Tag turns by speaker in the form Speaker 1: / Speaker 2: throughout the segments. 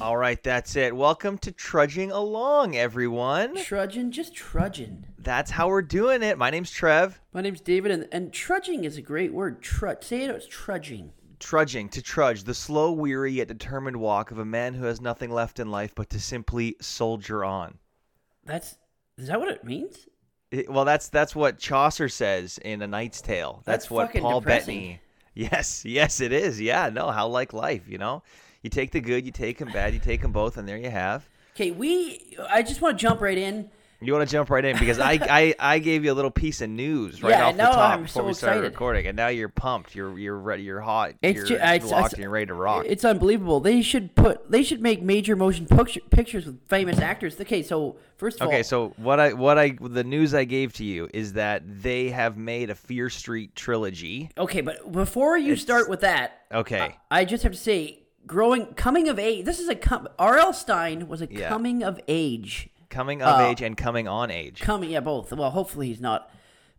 Speaker 1: All right, that's it. Welcome to Trudging Along, everyone.
Speaker 2: Trudging, just trudging.
Speaker 1: That's how we're doing it. My name's Trev.
Speaker 2: My name's David, and, and trudging is a great word. Trudge. Say it, it's trudging.
Speaker 1: Trudging, to trudge, the slow, weary, yet determined walk of a man who has nothing left in life but to simply soldier on.
Speaker 2: That's, is that what it means?
Speaker 1: It- well, that's that's what Chaucer says in A Knight's Tale. That's,
Speaker 2: That's
Speaker 1: what
Speaker 2: fucking
Speaker 1: Paul
Speaker 2: depressing.
Speaker 1: Bettany. Yes, yes, it is. Yeah, no, how like life, you know? You take the good, you take them bad, you take them both, and there you have.
Speaker 2: Okay, we, I just want to jump right in.
Speaker 1: You want to jump right in because I, I, I gave you a little piece of news right
Speaker 2: Yeah,
Speaker 1: off the
Speaker 2: no,
Speaker 1: top
Speaker 2: I'm
Speaker 1: before
Speaker 2: so
Speaker 1: we started
Speaker 2: excited.
Speaker 1: recording, and now you're pumped. You're you're ready. You're hot.
Speaker 2: It's
Speaker 1: you're
Speaker 2: ju- it's-
Speaker 1: locked
Speaker 2: it's-
Speaker 1: and you're ready to rock.
Speaker 2: It's unbelievable. They should put, they should make major motion picture, pictures with famous actors. Okay, so first of all,
Speaker 1: okay, so what I what I the news I gave to you is that they have made a Fear Street trilogy.
Speaker 2: okay, but before you start with that,
Speaker 1: Okay,
Speaker 2: I just have to say, growing, coming of age. This is a com- R.L. Stein was a
Speaker 1: Yeah.
Speaker 2: coming of age
Speaker 1: coming
Speaker 2: uh,
Speaker 1: of age and coming on age.
Speaker 2: coming yeah both well hopefully he's not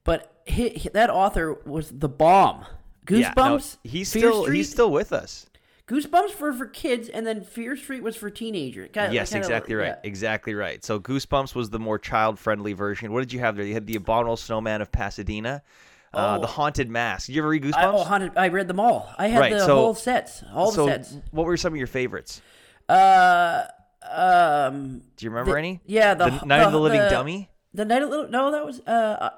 Speaker 2: but he, he- that author was the bomb
Speaker 1: Yeah,
Speaker 2: goosebumps
Speaker 1: no, he's
Speaker 2: Fear
Speaker 1: still
Speaker 2: Street,
Speaker 1: he's still with us.
Speaker 2: goosebumps for for kids and then fear street was for teenager Kinda-
Speaker 1: Yes,
Speaker 2: kinda-
Speaker 1: exactly right.
Speaker 2: yeah.
Speaker 1: Exactly right. So Goosebumps was the more child friendly version. What did you have there? You had the Abominable Snowman of Pasadena, uh, the Haunted Mask. Did you ever read Goosebumps?
Speaker 2: Oh. I, oh, haunted, I read them all. I had
Speaker 1: Right,
Speaker 2: the
Speaker 1: so-
Speaker 2: whole sets, all
Speaker 1: so
Speaker 2: the sets.
Speaker 1: what were some of your favorites?
Speaker 2: Uh, um,
Speaker 1: Do you remember any?
Speaker 2: yeah, the,
Speaker 1: the Night of the Living Dummy.
Speaker 2: The night of little no, that was uh,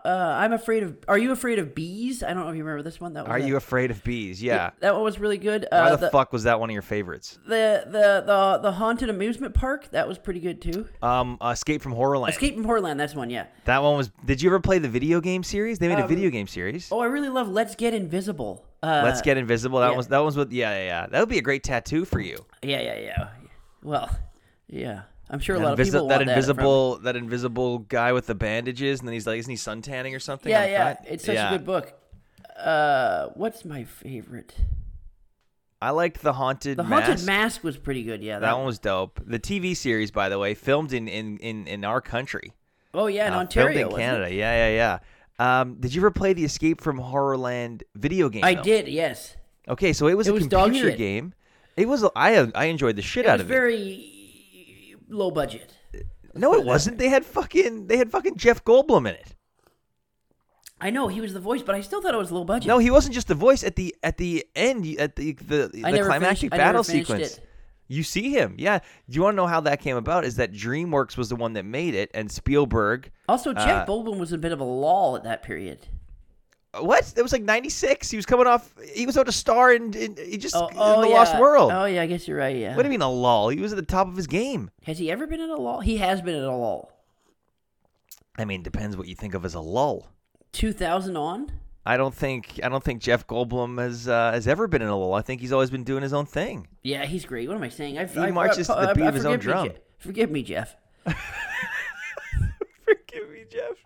Speaker 2: uh, I'm afraid of. Are you afraid of bees? I don't know if you remember this one. That was
Speaker 1: Are
Speaker 2: a-
Speaker 1: you afraid of bees? Yeah.
Speaker 2: That one was really good.
Speaker 1: Why
Speaker 2: Uh,
Speaker 1: the, fuck was that one of your favorites?
Speaker 2: the the the the haunted amusement park that was pretty good too.
Speaker 1: Um, Escape from Horrorland.
Speaker 2: Escape from Portland, that's one, yeah.
Speaker 1: That one was. Did you ever play the video game series? They made a video game series.
Speaker 2: Um, Oh, I really love Let's Get Invisible. Uh,
Speaker 1: Let's get invisible. That
Speaker 2: yeah.
Speaker 1: was that was with yeah yeah yeah. That would be a great tattoo for you.
Speaker 2: Yeah, yeah, yeah. Well, yeah. I'm sure a lot
Speaker 1: That,
Speaker 2: of
Speaker 1: invisi-
Speaker 2: people
Speaker 1: that
Speaker 2: want
Speaker 1: invisible that, invisible guy with the bandages, and then he's like, isn't he suntanning or something?
Speaker 2: From... Yeah,
Speaker 1: on the
Speaker 2: yeah.
Speaker 1: front?
Speaker 2: It's such
Speaker 1: Yeah.
Speaker 2: a good book. Uh, what's my favorite?
Speaker 1: I liked the haunted.
Speaker 2: The Haunted
Speaker 1: Mask.
Speaker 2: Mask, was pretty good. Yeah, that,
Speaker 1: That one was dope. The TV series, by the way, filmed in in in, in our country.
Speaker 2: Oh yeah, in
Speaker 1: Uh,
Speaker 2: Ontario,
Speaker 1: filmed in
Speaker 2: wasn't it?
Speaker 1: Canada. Yeah, yeah, yeah. Um, did you ever play the Escape from Horrorland video game?
Speaker 2: I
Speaker 1: though?
Speaker 2: did. Yes,
Speaker 1: Okay, so it was
Speaker 2: It
Speaker 1: a
Speaker 2: was dog
Speaker 1: computer
Speaker 2: shit.
Speaker 1: game. It was. I uh, I enjoyed the shit
Speaker 2: it
Speaker 1: out
Speaker 2: was
Speaker 1: of
Speaker 2: very low budget.
Speaker 1: it. No, it wasn't. They had fucking they had fucking Jeff Goldblum in it.
Speaker 2: I know he was the voice, but I still thought it was low budget.
Speaker 1: No, he wasn't just the voice at the at the end at the the,
Speaker 2: I
Speaker 1: the
Speaker 2: never
Speaker 1: climactic
Speaker 2: finished- I never
Speaker 1: battle
Speaker 2: finished
Speaker 1: sequence.
Speaker 2: it.
Speaker 1: You see him, yeah. Do you want to know how that came about? Is that DreamWorks was the one that made it, and Spielberg?
Speaker 2: Also,
Speaker 1: Uh,
Speaker 2: Jeff Goldblum was a bit of a lull at that period.
Speaker 1: What? It was like '96. He was coming off. He was out to star in, in he just
Speaker 2: Oh,
Speaker 1: in
Speaker 2: oh,
Speaker 1: the
Speaker 2: yeah.
Speaker 1: Lost World.
Speaker 2: Oh yeah, I guess you're right. Yeah.
Speaker 1: What do you mean a lull? He was at the top of his game.
Speaker 2: Has he ever been in a lull? He has been in a lull.
Speaker 1: I mean, depends what you think of as a lull.
Speaker 2: 2000 on?
Speaker 1: I don't think I don't think Jeff Goldblum has uh, has ever been in a lull. I think he's always been doing his own thing.
Speaker 2: Yeah, he's great. What am I saying? I, he
Speaker 1: marches to the beat of his own drum.
Speaker 2: forgive me, Jeff.
Speaker 1: Forgive me, Jeff.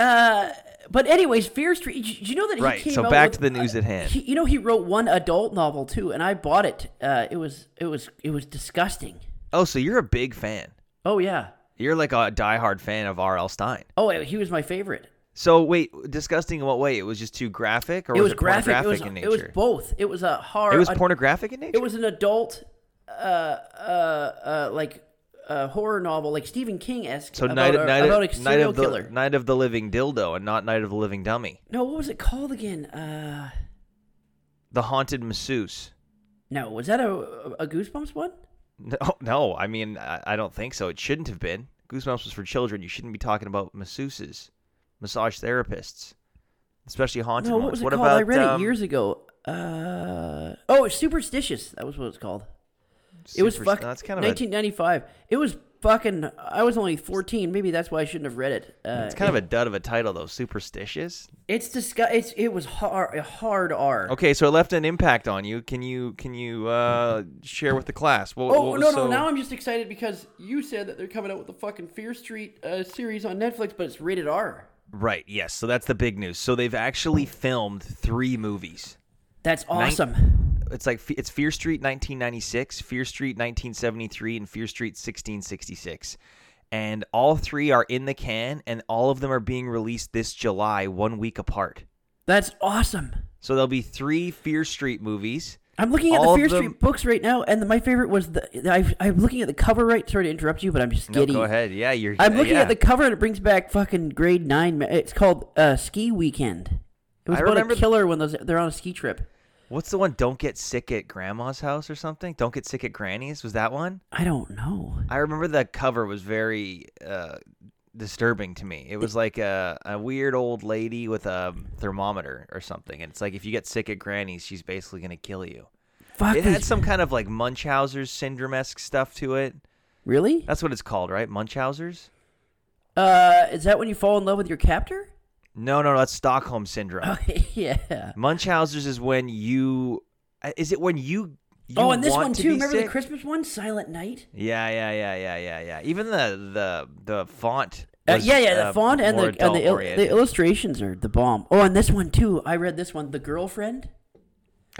Speaker 2: Uh, but anyways, Fear Street. d- Do you know that he
Speaker 1: Right.
Speaker 2: came
Speaker 1: So
Speaker 2: out
Speaker 1: back
Speaker 2: with-
Speaker 1: to the news at hand.
Speaker 2: He, you know he wrote one adult novel too, and I bought it. Uh, it was it was it was disgusting.
Speaker 1: Oh, so you're a big fan.
Speaker 2: Oh yeah.
Speaker 1: You're like a diehard fan of R.L. Stein.
Speaker 2: Oh, he was my favorite.
Speaker 1: So wait, disgusting in what way? It was just too graphic, or
Speaker 2: It
Speaker 1: was,
Speaker 2: was
Speaker 1: it
Speaker 2: graphic. It
Speaker 1: pornographic
Speaker 2: was
Speaker 1: in nature?
Speaker 2: it was both. It was a horror.
Speaker 1: It was
Speaker 2: a-
Speaker 1: pornographic in nature.
Speaker 2: it was an adult, uh, uh, uh, like uh, horror novel, like Stephen King esque.
Speaker 1: so
Speaker 2: about,
Speaker 1: night,
Speaker 2: a-
Speaker 1: night,
Speaker 2: about a
Speaker 1: night
Speaker 2: serial
Speaker 1: of the
Speaker 2: killer.
Speaker 1: night of the living dildo, and not night of the living dummy.
Speaker 2: No, what was it called again? Uh,
Speaker 1: The haunted masseuse.
Speaker 2: no, was that a a Goosebumps one?
Speaker 1: No, no. I mean, I, I don't think so. It shouldn't have been. Goosebumps was for children. You shouldn't be talking about masseuses, massage therapists, especially haunted
Speaker 2: No,
Speaker 1: ones.
Speaker 2: what was it
Speaker 1: what
Speaker 2: called?
Speaker 1: about
Speaker 2: I read
Speaker 1: um,
Speaker 2: it years ago. Uh, oh, it's superstitious. That was what it's called. It was
Speaker 1: superst-
Speaker 2: fuck.
Speaker 1: no, that's kind of a,
Speaker 2: 1995. It was fucking. I was only 14. Maybe that's why I shouldn't have read it. Uh,
Speaker 1: it's kind of a dud of a title though. Superstitious.
Speaker 2: it's disgu- It's it was hard. A hard R.
Speaker 1: Okay, so it left an impact on you. Can you can you uh, share with the class? What,
Speaker 2: Oh
Speaker 1: what was
Speaker 2: no no!
Speaker 1: so-
Speaker 2: Now I'm just excited because you said that they're coming out with the fucking Fear Street uh, series on Netflix, but it's rated R.
Speaker 1: right. Yes. So that's the big news. So they've actually filmed three movies.
Speaker 2: That's awesome.
Speaker 1: It's like it's Fear Street 1996, Fear Street 1973, and Fear Street 1666. And all three are in the can, and all of them are being released this July, one week apart.
Speaker 2: That's awesome.
Speaker 1: So there'll be three Fear Street movies,
Speaker 2: I'm looking at
Speaker 1: All
Speaker 2: the
Speaker 1: of
Speaker 2: Fear
Speaker 1: them-
Speaker 2: Street books right now, and the, my favorite was the. I, I'm looking at the cover right. Sorry to interrupt you, but I'm just
Speaker 1: No,
Speaker 2: giddy.
Speaker 1: go ahead. Yeah, you're.
Speaker 2: I'm looking
Speaker 1: yeah.
Speaker 2: at the cover, and it brings back fucking grade nine. ma- It's called uh, Ski Weekend. It was
Speaker 1: I
Speaker 2: about
Speaker 1: remember-
Speaker 2: a killer when those they're on a ski trip.
Speaker 1: What's the one? Don't get sick at grandma's house or something. Don't get sick at granny's. Was that one?
Speaker 2: I don't know.
Speaker 1: I remember the cover was very uh, disturbing to me. It was like a, a weird old lady with a thermometer or something, and it's like if you get sick at granny's, she's basically gonna kill you.
Speaker 2: Fuck.
Speaker 1: It had
Speaker 2: these-
Speaker 1: some kind of like Munchauser's syndrome esque stuff to it.
Speaker 2: really?
Speaker 1: That's what it's called, right? Munchauser's?
Speaker 2: Uh, is that when you fall in love with your captor? Oh,
Speaker 1: No, no, no. That's Stockholm syndrome.
Speaker 2: yeah.
Speaker 1: Munchauser's is when you. uh, Is it when you? you
Speaker 2: oh, and this
Speaker 1: want
Speaker 2: one
Speaker 1: to
Speaker 2: too.
Speaker 1: be
Speaker 2: Remember the
Speaker 1: sick?
Speaker 2: Christmas one, Silent Night.
Speaker 1: Yeah, yeah, yeah, yeah, yeah, yeah. Even the the the font.
Speaker 2: Uh,
Speaker 1: was,
Speaker 2: yeah, yeah, the
Speaker 1: uh,
Speaker 2: font and
Speaker 1: more
Speaker 2: the and the, il-
Speaker 1: adult-oriented.
Speaker 2: the illustrations are the bomb. Oh, and this one too. I read this one, The Girlfriend.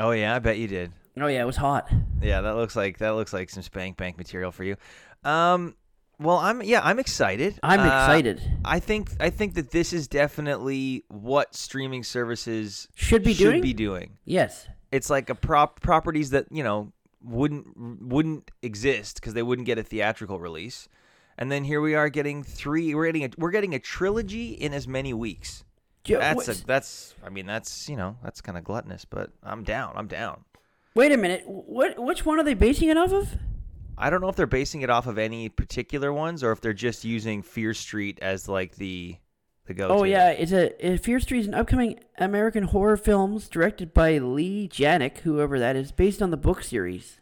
Speaker 1: oh yeah, I bet you did.
Speaker 2: Oh yeah, it was hot.
Speaker 1: Yeah, that looks like that looks like some spank bank material for you. Um, well, I'm yeah, I'm excited.
Speaker 2: I'm
Speaker 1: Uh,
Speaker 2: excited.
Speaker 1: I think I think that this is definitely what streaming services
Speaker 2: Should be
Speaker 1: should
Speaker 2: doing?
Speaker 1: be doing.
Speaker 2: Yes.
Speaker 1: It's like a prop properties that you know wouldn't wouldn't exist because they wouldn't get a theatrical release, and then here we are getting three. We're getting a, we're getting a trilogy in as many weeks.
Speaker 2: Jo-
Speaker 1: That's
Speaker 2: what's-
Speaker 1: a, that's I mean that's you know that's kind of gluttonous, but I'm down. I'm down.
Speaker 2: Wait a minute. What? Which one are they basing it off of?
Speaker 1: I don't know if they're basing it off of any particular ones or if they're just using Fear Street as like the the go.
Speaker 2: Oh yeah, it's a it, Fear Street is an upcoming American horror films directed by Lee Janik, whoever that is, based on the book series.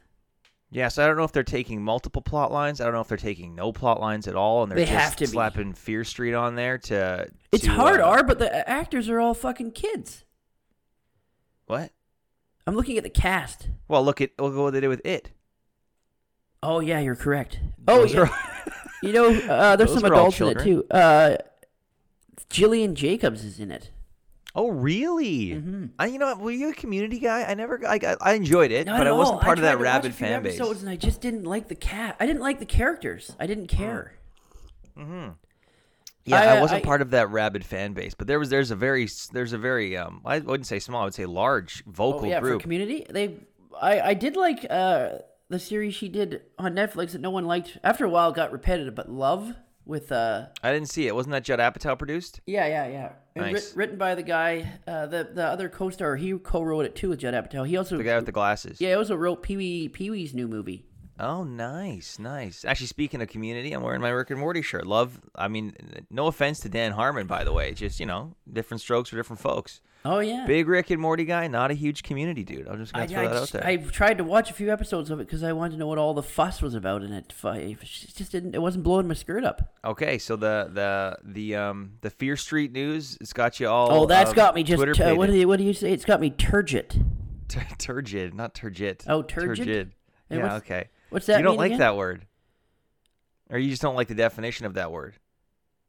Speaker 1: Yeah, so I don't know if they're taking multiple plot lines. I don't know if they're taking no plot lines at all, and they're
Speaker 2: They
Speaker 1: just
Speaker 2: have to be.
Speaker 1: slapping Fear Street on there to.
Speaker 2: It's
Speaker 1: to,
Speaker 2: hard
Speaker 1: uh,
Speaker 2: R, but the actors are all fucking kids.
Speaker 1: What?
Speaker 2: I'm looking at the cast.
Speaker 1: Well, look at look at what they did with it.
Speaker 2: Oh yeah, you're correct. Oh,
Speaker 1: Those
Speaker 2: yeah.
Speaker 1: are-
Speaker 2: you know, uh, there's
Speaker 1: Those
Speaker 2: some
Speaker 1: are all
Speaker 2: adults in it
Speaker 1: children.
Speaker 2: too. Uh, Jillian Jacobs is in it.
Speaker 1: oh really?
Speaker 2: Mm-hmm.
Speaker 1: I, you know, what, were you a community guy? I never. I got- I enjoyed it,
Speaker 2: Not
Speaker 1: but
Speaker 2: at
Speaker 1: I wasn't
Speaker 2: all.
Speaker 1: part of
Speaker 2: tried
Speaker 1: that
Speaker 2: to watch a
Speaker 1: rabid
Speaker 2: few
Speaker 1: fan base.
Speaker 2: episodes And I just didn't like the cat. I didn't like the characters. I didn't care.
Speaker 1: Mm-hmm. Yeah, I,
Speaker 2: I- uh,
Speaker 1: wasn't
Speaker 2: I-
Speaker 1: part of that rabid fan base, but there was there's a very s- there's a very um I wouldn't say small, I would say large vocal
Speaker 2: oh yeah,
Speaker 1: group.
Speaker 2: for community, they. I I did like uh the series she did on Netflix that no one liked. After a while, it got repetitive, but Love with uh
Speaker 1: I didn't see it. Wasn't that Judd Apatow produced?
Speaker 2: yeah yeah yeah. And writ-
Speaker 1: Nice.
Speaker 2: written by the guy, uh, the the other co-star. He co-wrote it too with Judd Apatow. He also
Speaker 1: The guy with the glasses.
Speaker 2: yeah, he also wrote Pee Wee Pee Wee's new movie.
Speaker 1: Oh, nice, nice. Actually, speaking of community, I'm wearing my Rick and Morty shirt. Love. I mean, no offense to Dan Harmon, by the way. Just you know, different strokes for different folks.
Speaker 2: Oh yeah,
Speaker 1: Big Rick and Morty guy, not a huge community dude. I'm just
Speaker 2: I,
Speaker 1: gonna throw
Speaker 2: I
Speaker 1: that
Speaker 2: just-
Speaker 1: out there.
Speaker 2: I tried to watch a few episodes of it because I wanted to know what all the fuss was about, and it, fu- it just didn't. It wasn't blowing my skirt up.
Speaker 1: Okay, so the the the um the Fear Street news, it's got you all.
Speaker 2: Oh, that's
Speaker 1: um,
Speaker 2: got me just.
Speaker 1: Twitter
Speaker 2: uh, what
Speaker 1: pated.
Speaker 2: do you What do you say? It's got me turgid.
Speaker 1: Tur- turgid, not turgid.
Speaker 2: Oh, turgid? Hey,
Speaker 1: Yeah,
Speaker 2: what's-
Speaker 1: okay.
Speaker 2: what's that
Speaker 1: You don't
Speaker 2: mean
Speaker 1: like
Speaker 2: again?
Speaker 1: that word, or you just don't like the definition of that word.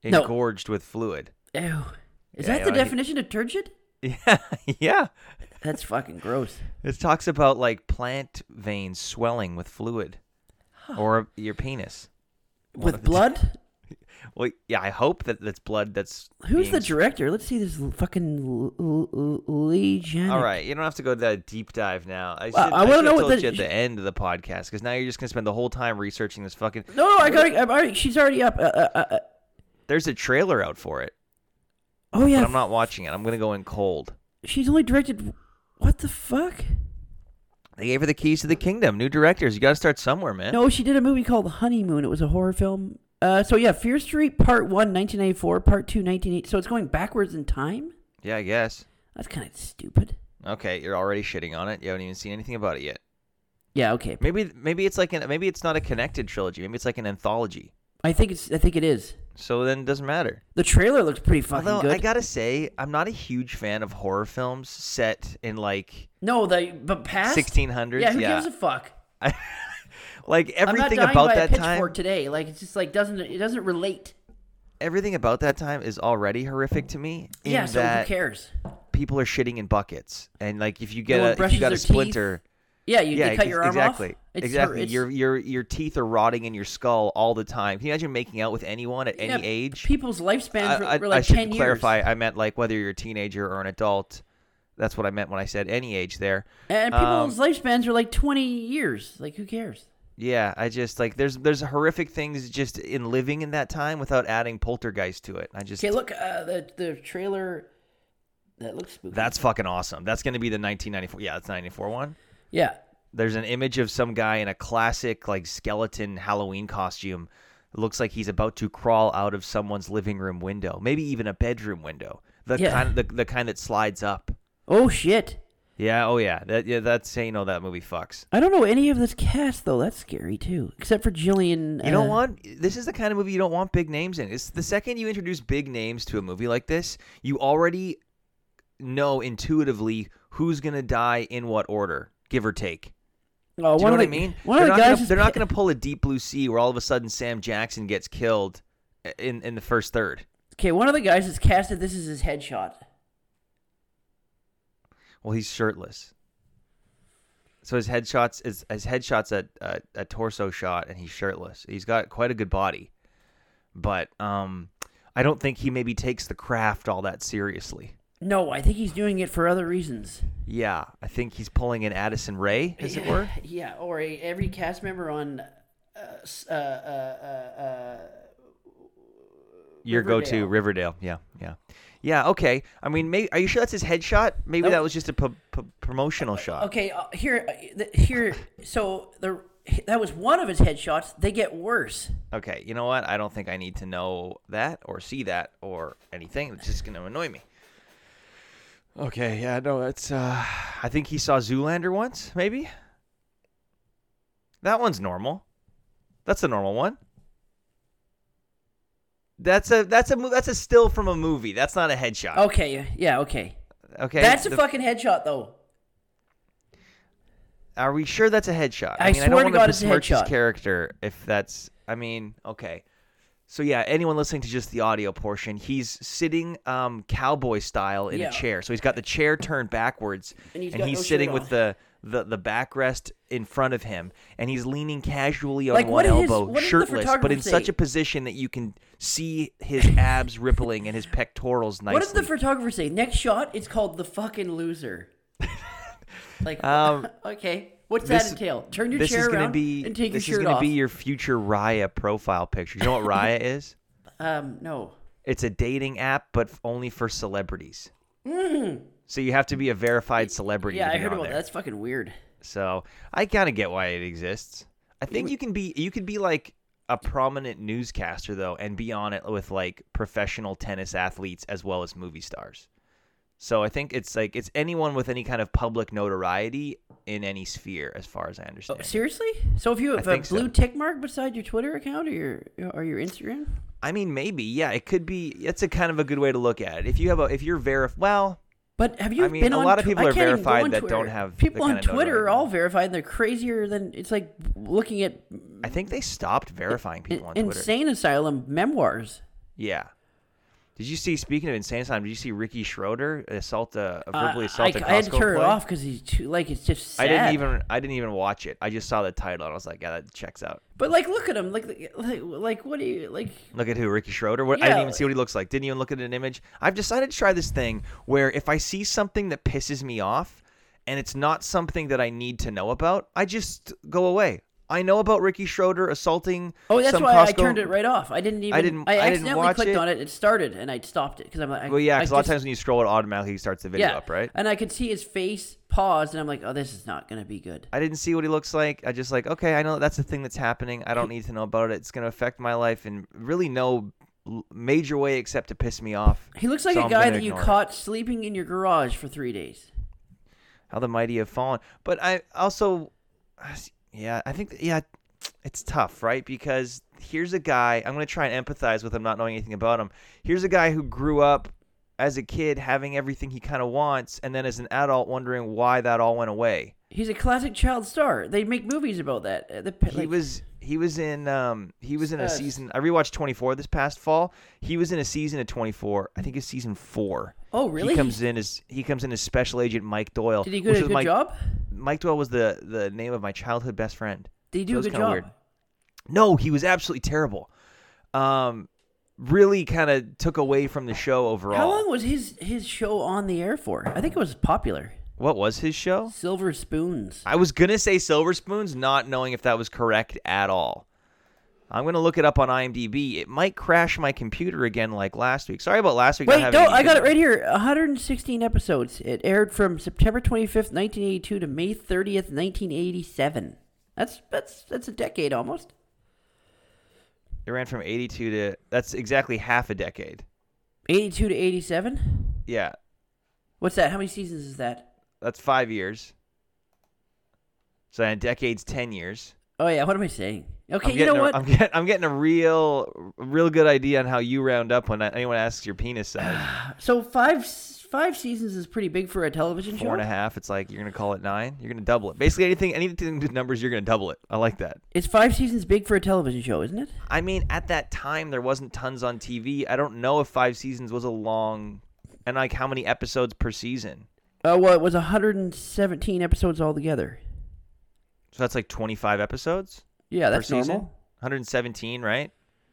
Speaker 2: No.
Speaker 1: Engorged with fluid.
Speaker 2: Ew. Is
Speaker 1: Yeah,
Speaker 2: that
Speaker 1: you
Speaker 2: the
Speaker 1: know, I-
Speaker 2: definition of turgid?
Speaker 1: Yeah, yeah.
Speaker 2: That's fucking gross.
Speaker 1: It talks about like plant veins swelling with fluid, or your penis.
Speaker 2: With blood?
Speaker 1: Well, yeah. I hope that that's blood. That's
Speaker 2: Who's
Speaker 1: being
Speaker 2: the director? Let's see this l- fucking l- l- l- Lee Janik.
Speaker 1: All right, you don't have to go to that deep dive now. I should,
Speaker 2: Well, I
Speaker 1: I
Speaker 2: wanna
Speaker 1: should
Speaker 2: know
Speaker 1: have
Speaker 2: what
Speaker 1: told
Speaker 2: the-
Speaker 1: you at the end of the podcast because now you're just gonna spend the whole time researching this fucking.
Speaker 2: No, no, I got. I'm already, she's already up. Uh, uh, uh, uh,
Speaker 1: There's a trailer out for it,
Speaker 2: oh
Speaker 1: but
Speaker 2: yeah,
Speaker 1: I'm not watching it. I'm gonna go in cold.
Speaker 2: she's only directed. What the fuck?
Speaker 1: They gave her the keys to the kingdom. New directors, you got to start somewhere, man.
Speaker 2: No, she did a movie called Honeymoon. It was a horror film. Uh, so yeah, Fear Street Part One, 1994, Part Two, 1980. So it's going backwards in time.
Speaker 1: Yeah, I guess.
Speaker 2: That's kind of stupid.
Speaker 1: Okay, you're already shitting on it. You haven't even seen anything about it yet.
Speaker 2: Yeah. Okay.
Speaker 1: Maybe, maybe it's like an, maybe it's not a connected trilogy. Maybe it's like an anthology.
Speaker 2: I think it's. I think it is.
Speaker 1: So then it doesn't matter.
Speaker 2: The trailer looks pretty fucking
Speaker 1: Although
Speaker 2: good.
Speaker 1: I gotta say, I'm not a huge fan of horror films set in like
Speaker 2: no, the but past
Speaker 1: 1600s.
Speaker 2: Yeah. Who gives a fuck?
Speaker 1: like everything
Speaker 2: I'm not dying
Speaker 1: about
Speaker 2: by
Speaker 1: that
Speaker 2: a pitchfork
Speaker 1: time.
Speaker 2: today. Like it's just like doesn't it doesn't relate.
Speaker 1: Everything about that time is already horrific to me. In
Speaker 2: Yeah. So who
Speaker 1: that
Speaker 2: cares?
Speaker 1: people are shitting in buckets, and like if you get
Speaker 2: one
Speaker 1: a, if you
Speaker 2: brushes
Speaker 1: got
Speaker 2: their
Speaker 1: a
Speaker 2: teeth.
Speaker 1: splinter.
Speaker 2: Yeah. You,
Speaker 1: yeah,
Speaker 2: you cut
Speaker 1: ex-
Speaker 2: your arm
Speaker 1: exactly.
Speaker 2: off. It's-
Speaker 1: exactly.
Speaker 2: it's-
Speaker 1: your your your teeth are rotting in your skull all the time. Can you imagine making out with anyone at
Speaker 2: yeah,
Speaker 1: any age?
Speaker 2: People's lifespans
Speaker 1: I,
Speaker 2: were,
Speaker 1: I-
Speaker 2: were
Speaker 1: I
Speaker 2: like
Speaker 1: should
Speaker 2: ten years.
Speaker 1: clarify. I meant like whether you're a teenager or an adult. That's what I meant when I said any age there.
Speaker 2: And people's
Speaker 1: um,
Speaker 2: lifespans are like 20 years. Like, who cares?
Speaker 1: Yeah, I just like there's there's horrific things just in living in that time without adding poltergeist to it. I just
Speaker 2: Okay, look, uh, the, the trailer. That looks spooky.
Speaker 1: that's fucking awesome. That's going to be the 1994. Yeah, that's 94 one.
Speaker 2: yeah.
Speaker 1: There's an image of some guy in a classic like skeleton Halloween costume. It looks like he's about to crawl out of someone's living room window, maybe even a bedroom window. The
Speaker 2: Yeah.
Speaker 1: kind the, the kind that slides up.
Speaker 2: Oh, shit.
Speaker 1: Yeah, oh yeah. That yeah, that's how you know that movie fucks.
Speaker 2: I don't know any of this cast, though. That's scary, too. Except for Jillian.
Speaker 1: You don't
Speaker 2: uh,
Speaker 1: want this is the kind of movie you don't want big names in. It's the second you introduce big names to a movie like this, you already know intuitively who's gonna die in what order, give or take.
Speaker 2: Oh,
Speaker 1: Do you know
Speaker 2: one
Speaker 1: what
Speaker 2: of
Speaker 1: I
Speaker 2: the-
Speaker 1: mean?
Speaker 2: One
Speaker 1: they're
Speaker 2: of
Speaker 1: not
Speaker 2: the guys.
Speaker 1: gonna,
Speaker 2: is
Speaker 1: they're not
Speaker 2: pa-
Speaker 1: gonna pull a deep blue sea where all of a sudden Sam Jackson gets killed in in the first third.
Speaker 2: Okay, one of the guys is casted. This is his headshot.
Speaker 1: Well, he's shirtless. So his headshots is his headshots a, a a torso shot and he's shirtless. He's got quite a good body. But um I don't think he maybe takes the craft all that seriously.
Speaker 2: No, I think he's doing it for other reasons.
Speaker 1: Yeah, I think he's pulling an Addison Ray, as it were.
Speaker 2: Yeah, or a, every cast member on. Uh, s- uh, uh, uh, uh,
Speaker 1: Your go-to Riverdale.
Speaker 2: Riverdale.
Speaker 1: Yeah, yeah, yeah. Okay. I mean, may, are you sure that's his headshot? Maybe
Speaker 2: Nope.
Speaker 1: that was just a p- p- promotional shot.
Speaker 2: okay, uh, here, uh, the, here. So the that was one of his headshots. They get worse.
Speaker 1: Okay, you know what? I don't think I need to know that or see that or anything. It's just going to annoy me. Okay, yeah, no, that's. Uh, I think he saw Zoolander once, maybe. That one's normal. That's a normal one. That's a that's a mo- that's a still from a movie. That's not a headshot.
Speaker 2: Okay, yeah, okay.
Speaker 1: okay,
Speaker 2: Oh, That's a
Speaker 1: the-
Speaker 2: fucking headshot, though.
Speaker 1: Are we sure that's a headshot?
Speaker 2: I
Speaker 1: mean, I
Speaker 2: swear to
Speaker 1: don't want
Speaker 2: God,
Speaker 1: to
Speaker 2: it's a
Speaker 1: besmirch his
Speaker 2: headshot.
Speaker 1: character if that's. I mean, okay. So yeah, anyone listening to just the audio portion, he's sitting um, cowboy style in
Speaker 2: Yeah.
Speaker 1: a chair. So he's got the chair turned backwards,
Speaker 2: And he's got no shirt
Speaker 1: sitting
Speaker 2: on.
Speaker 1: with the, the the backrest in front of him, and he's leaning casually on
Speaker 2: Like,
Speaker 1: one
Speaker 2: what did his-
Speaker 1: elbow,
Speaker 2: what did the
Speaker 1: shirtless, but
Speaker 2: photographer
Speaker 1: in such
Speaker 2: say?
Speaker 1: a position that you can see his abs rippling and his pectorals nicely.
Speaker 2: What does the photographer say? Next shot, it's called the fucking loser. like,
Speaker 1: Um,
Speaker 2: okay, what's
Speaker 1: this-
Speaker 2: that entail? Turn your
Speaker 1: this
Speaker 2: chair
Speaker 1: is gonna
Speaker 2: around
Speaker 1: be
Speaker 2: and take
Speaker 1: this
Speaker 2: your
Speaker 1: is
Speaker 2: shirt
Speaker 1: gonna
Speaker 2: off.
Speaker 1: be your future Raya profile picture. You know what Raya is?
Speaker 2: Um, no.
Speaker 1: It's a dating app, but f- only for celebrities. So you have to be a verified celebrity.
Speaker 2: Mm. Yeah,
Speaker 1: to
Speaker 2: I
Speaker 1: be
Speaker 2: heard
Speaker 1: on
Speaker 2: about that.
Speaker 1: there.
Speaker 2: That's fucking weird.
Speaker 1: So I kind of get why it exists. I think you can be you could be like a prominent newscaster though, and be on it with like professional tennis athletes as well as movie stars. So I think it's like it's anyone with any kind of public notoriety in any sphere, as far as
Speaker 2: Oh,
Speaker 1: I understand.
Speaker 2: Seriously? So if you have a
Speaker 1: think so.
Speaker 2: blue tick mark beside your Twitter account or your or your Instagram?
Speaker 1: I mean, maybe yeah, it could be. It's a kind of a good way to look at it. If you have a if you're verif well,
Speaker 2: But have you
Speaker 1: I mean,
Speaker 2: been
Speaker 1: a
Speaker 2: on
Speaker 1: lot of
Speaker 2: Tw-
Speaker 1: people
Speaker 2: I
Speaker 1: are
Speaker 2: can't even go
Speaker 1: verified
Speaker 2: on
Speaker 1: that
Speaker 2: Twitter.
Speaker 1: don't have the
Speaker 2: People on
Speaker 1: kinda
Speaker 2: Twitter are
Speaker 1: notoriety.
Speaker 2: all verified and they're crazier than it's like looking at
Speaker 1: I think they stopped verifying people on Twitter.
Speaker 2: insane asylum memoirs.
Speaker 1: Yeah. Did you see? Speaking of insane asylum, did you see Ricky Schroeder assault a, a verbally
Speaker 2: Uh, I-
Speaker 1: assault a
Speaker 2: I,
Speaker 1: Costco
Speaker 2: I had to turn
Speaker 1: employee?
Speaker 2: it off because he's too like it's just. Sad.
Speaker 1: I didn't even I didn't even watch it. I just saw the title and I was like, yeah, that checks out.
Speaker 2: But like, look at him. Like, like, like what do you like?
Speaker 1: Look at who Ricky Schroeder. What, I
Speaker 2: Yeah.
Speaker 1: didn't even see what he looks like. Didn't even look at an image. I've decided to try this thing where if I see something that pisses me off, and it's not something that I need to know about, I just go away. I know about Ricky Schroeder assaulting.
Speaker 2: Oh, that's
Speaker 1: some
Speaker 2: why I
Speaker 1: Costco-
Speaker 2: turned it right off. I didn't even. I
Speaker 1: didn't- I didn't
Speaker 2: accidentally
Speaker 1: watch
Speaker 2: clicked
Speaker 1: it.
Speaker 2: on it. It started, and I stopped it because I'm like, I-
Speaker 1: Well, yeah,
Speaker 2: I
Speaker 1: because a lot of
Speaker 2: just-
Speaker 1: times when you scroll, it automatically starts the video
Speaker 2: yeah,
Speaker 1: up, right?
Speaker 2: And I could see his face pause, and I'm like, oh, this is not gonna be good.
Speaker 1: I didn't see what he looks like. I just like, okay, I know that's a thing that's happening. I don't need to know about it. It's going to affect my life in really no l- major way except to piss me off.
Speaker 2: He looks like
Speaker 1: So
Speaker 2: a
Speaker 1: I'm
Speaker 2: guy
Speaker 1: gonna
Speaker 2: that you
Speaker 1: ignore it.
Speaker 2: caught sleeping in your garage for three days.
Speaker 1: How the mighty have fallen. But I also, yeah, I think, yeah, it's tough, right? Because here's a guy, I'm going to try and empathize with him, not knowing anything about him. Here's a guy who grew up as a kid having everything he kind of wants, and then as an adult wondering why that all went away.
Speaker 2: He's a classic child star. They make movies about that. Uh, The,
Speaker 1: He
Speaker 2: like,
Speaker 1: was he was in um he was in a
Speaker 2: Uh,
Speaker 1: season I rewatched 24 this past fall. He was in a season of 24. I think it's season 4.
Speaker 2: Oh, really?
Speaker 1: He comes in as he comes in as special agent Mike Doyle.
Speaker 2: Did he get
Speaker 1: which
Speaker 2: a
Speaker 1: was
Speaker 2: good
Speaker 1: Mike,
Speaker 2: job?
Speaker 1: Mike Doyle was the the name of my childhood best friend.
Speaker 2: Did he do
Speaker 1: So
Speaker 2: a
Speaker 1: it's
Speaker 2: good
Speaker 1: kinda
Speaker 2: job?
Speaker 1: weird. No, he was absolutely terrible. Um really kind of took away from the show overall.
Speaker 2: How long was his his show on the air for? I think it was popular.
Speaker 1: What was his show?
Speaker 2: Silver Spoons.
Speaker 1: I was gonna say Silver Spoons, not knowing if that was correct at all. I'm gonna look it up on IMDb. It might crash my computer again, like last week. Sorry about last week. not
Speaker 2: Wait,
Speaker 1: having
Speaker 2: no,
Speaker 1: any
Speaker 2: I got
Speaker 1: good-
Speaker 2: it right here. 116 episodes. It aired from September 25th, 1982 to May 30th, 1987. That's that's that's a decade almost.
Speaker 1: It ran from 82 to that's exactly half a decade.
Speaker 2: 82 to 87?
Speaker 1: Yeah,
Speaker 2: What's that? How many seasons is that?
Speaker 1: that's five years. So in decades, ten years.
Speaker 2: Oh yeah, what am I saying? Okay,
Speaker 1: I'm
Speaker 2: you know
Speaker 1: getting a-
Speaker 2: what?
Speaker 1: I'm, get, I'm getting a real, real good idea on how you round up when anyone asks your penis size.
Speaker 2: So 5 5 seasons is pretty big for a television show.
Speaker 1: Four and a half. It's like you're gonna call it nine. You're gonna double it. Basically, anything, anything with numbers, you're gonna double it. I like that.
Speaker 2: It's 5 seasons big for a television show, isn't it?
Speaker 1: I mean, at that time, there wasn't tons on TV. I don't know if five seasons was a long, and like how many episodes per season.
Speaker 2: Uh, well, it was 117 episodes altogether.
Speaker 1: So that's like 25 episodes.
Speaker 2: Yeah,
Speaker 1: per
Speaker 2: that's
Speaker 1: season?
Speaker 2: normal.
Speaker 1: 117, right?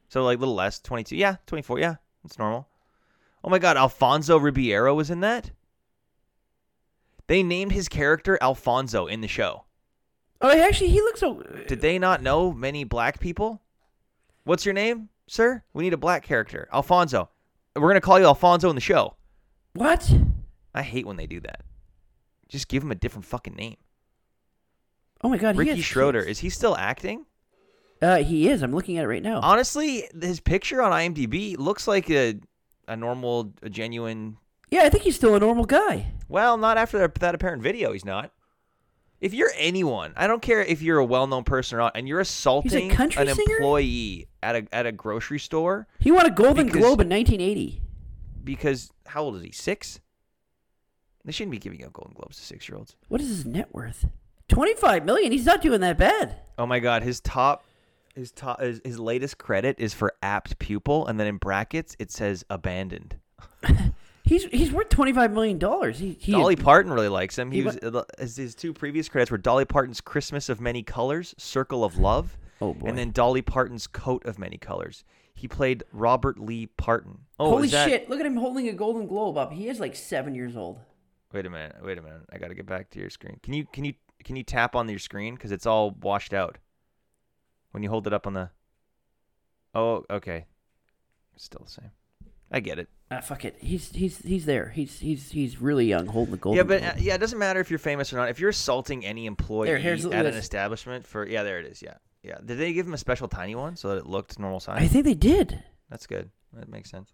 Speaker 1: So like a little less, 22. Yeah, 24. Yeah, that's normal. Oh my God, Alfonso Ribeiro was in that. They named his character Alfonso in the show.
Speaker 2: Oh, actually, he looks so.
Speaker 1: Did they not know many black people? What's your name, sir? We need a black character, Alfonso. We're gonna call you Alfonso in the show.
Speaker 2: What?
Speaker 1: I hate when they do that. Just give him a different fucking name.
Speaker 2: Oh my God, he
Speaker 1: Ricky
Speaker 2: has
Speaker 1: Schroeder,
Speaker 2: kids.
Speaker 1: is he still acting?
Speaker 2: Uh, he is. I'm looking at it right now.
Speaker 1: Honestly, his picture on IMDb looks like a a normal, a genuine
Speaker 2: yeah, I think he's still a normal guy.
Speaker 1: Well, not after that, that apparent video, he's not. If you're anyone, I don't care if you're a well-known person or not, and you're assaulting an
Speaker 2: country singer?
Speaker 1: employee at a at a grocery store
Speaker 2: He won a Golden
Speaker 1: Because-
Speaker 2: Globe in 1980.
Speaker 1: because how old is he? Six. They shouldn't be giving out Golden Globes to six-year-olds.
Speaker 2: What is his net worth? 25 million. He's not doing that bad.
Speaker 1: Oh my God, his top, his top, his, his latest credit is for apt pupil, and then in brackets it says abandoned.
Speaker 2: He's he's worth 25 million dollars. He, he
Speaker 1: Dolly Parton really likes him. He,
Speaker 2: he
Speaker 1: was his, his two previous credits were Dolly Parton's "Christmas of Many Colors," "Circle of Love,"
Speaker 2: Oh, boy.
Speaker 1: and then Dolly Parton's "Coat of Many Colors." He played Robert Lee Parton. Oh,
Speaker 2: Holy
Speaker 1: is that-
Speaker 2: shit! Look at him holding a Golden Globe up. He is like seven years old.
Speaker 1: Wait a minute. Wait a minute. I got to get back to your screen. Can you can you can you tap on your screen because it's all washed out when you hold it up on the. Oh, okay. It's still the same. I get it.
Speaker 2: Ah, fuck it. He's he's he's there. He's he's he's really young, holding the Golden.
Speaker 1: yeah, but
Speaker 2: Globe.
Speaker 1: uh, yeah, it doesn't matter if you're famous or not. If you're assaulting any employee
Speaker 2: There, here's- look at
Speaker 1: at an
Speaker 2: this.
Speaker 1: establishment for yeah, there it is. Yeah, yeah. Did they give him a special tiny one so that it looked normal size?
Speaker 2: I think they did.
Speaker 1: That's good. That makes sense.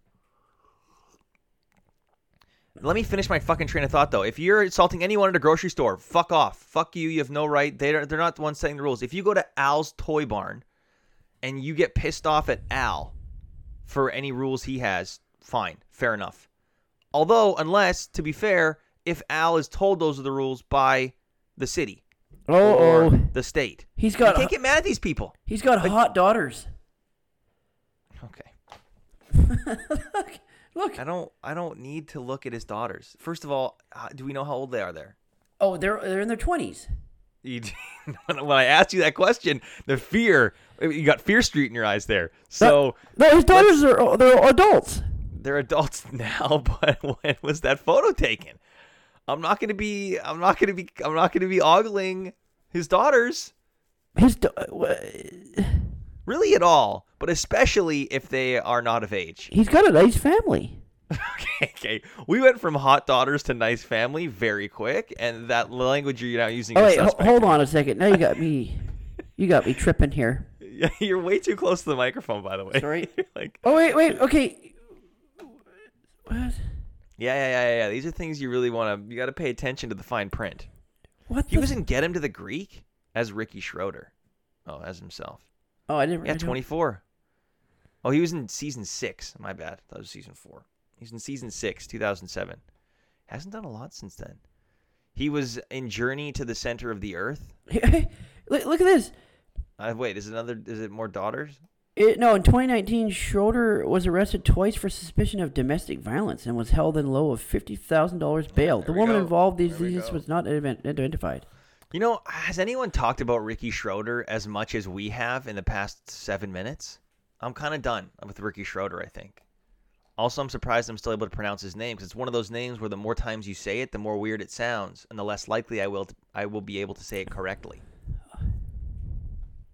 Speaker 1: Let me finish my fucking train of thought though. If you're assaulting anyone at a grocery store, fuck off. Fuck you. You have no right. They are they're not the ones setting the rules. If you go to Al's Toy Barn and you get pissed off at Al for any rules he has, fine, fair enough. Although, unless to be fair, if Al is told those are the rules by the city
Speaker 2: Oh,
Speaker 1: or
Speaker 2: oh.
Speaker 1: the state,
Speaker 2: He's
Speaker 1: you
Speaker 2: got
Speaker 1: can't get mad at these people.
Speaker 2: he's got hot daughters.
Speaker 1: Okay.
Speaker 2: look, look.
Speaker 1: I don't. I don't need to look at his daughters. First of all, uh, do we know how old they are? There.
Speaker 2: Oh, they're they're in their 20s.
Speaker 1: You, when I asked you that question, the fear you got Fear Street in your eyes there. So
Speaker 2: no, his daughters are uh, they're adults.
Speaker 1: they're adults now, but when was that photo taken? I'm not gonna be. I'm not gonna be. I'm not gonna be ogling his daughters
Speaker 2: His da- uh, wha-
Speaker 1: really at all, but especially if they are not of age.
Speaker 2: he's got a nice family.
Speaker 1: Okay, okay. We went from hot daughters to nice family very quick, and that language you're now using.
Speaker 2: Oh
Speaker 1: is
Speaker 2: wait, ho-
Speaker 1: suspect.
Speaker 2: hold on a second. Now you got me, you got me tripping here.
Speaker 1: Yeah, you're way too close to the microphone, by the way.
Speaker 2: Sorry.
Speaker 1: You're like,
Speaker 2: Oh wait, wait, okay. What?
Speaker 1: yeah, yeah, yeah, yeah, yeah. These are things you really want to. You got to pay attention to the fine print.
Speaker 2: What?
Speaker 1: He
Speaker 2: the-
Speaker 1: was in Get Him to the Greek as Ricky Schroeder. Oh, as himself.
Speaker 2: oh, I didn't. I
Speaker 1: Yeah,
Speaker 2: don't-
Speaker 1: 24. Oh, he was in season six. My bad. That was season four. He's in season six, 2007. Hasn't done a lot since then. He was in Journey to the Center of the Earth.
Speaker 2: look, look at this.
Speaker 1: Uh, wait, is it another? Is it more daughters?
Speaker 2: It, no, in 2019, Schroeder was arrested twice for suspicion of domestic violence and was held in low of fifty thousand dollars bail. the
Speaker 1: we
Speaker 2: woman
Speaker 1: go.
Speaker 2: involved in
Speaker 1: There
Speaker 2: these
Speaker 1: we
Speaker 2: incidents
Speaker 1: go.
Speaker 2: was not ident- identified.
Speaker 1: You know, has anyone talked about Ricky Schroeder as much as we have in the past seven minutes? I'm kind of done with Ricky Schroeder. I think. Also, I'm surprised I'm still able to pronounce his name because it's one of those names where the more times you say it, the more weird it sounds, and the less likely I will t I will be able to say it correctly.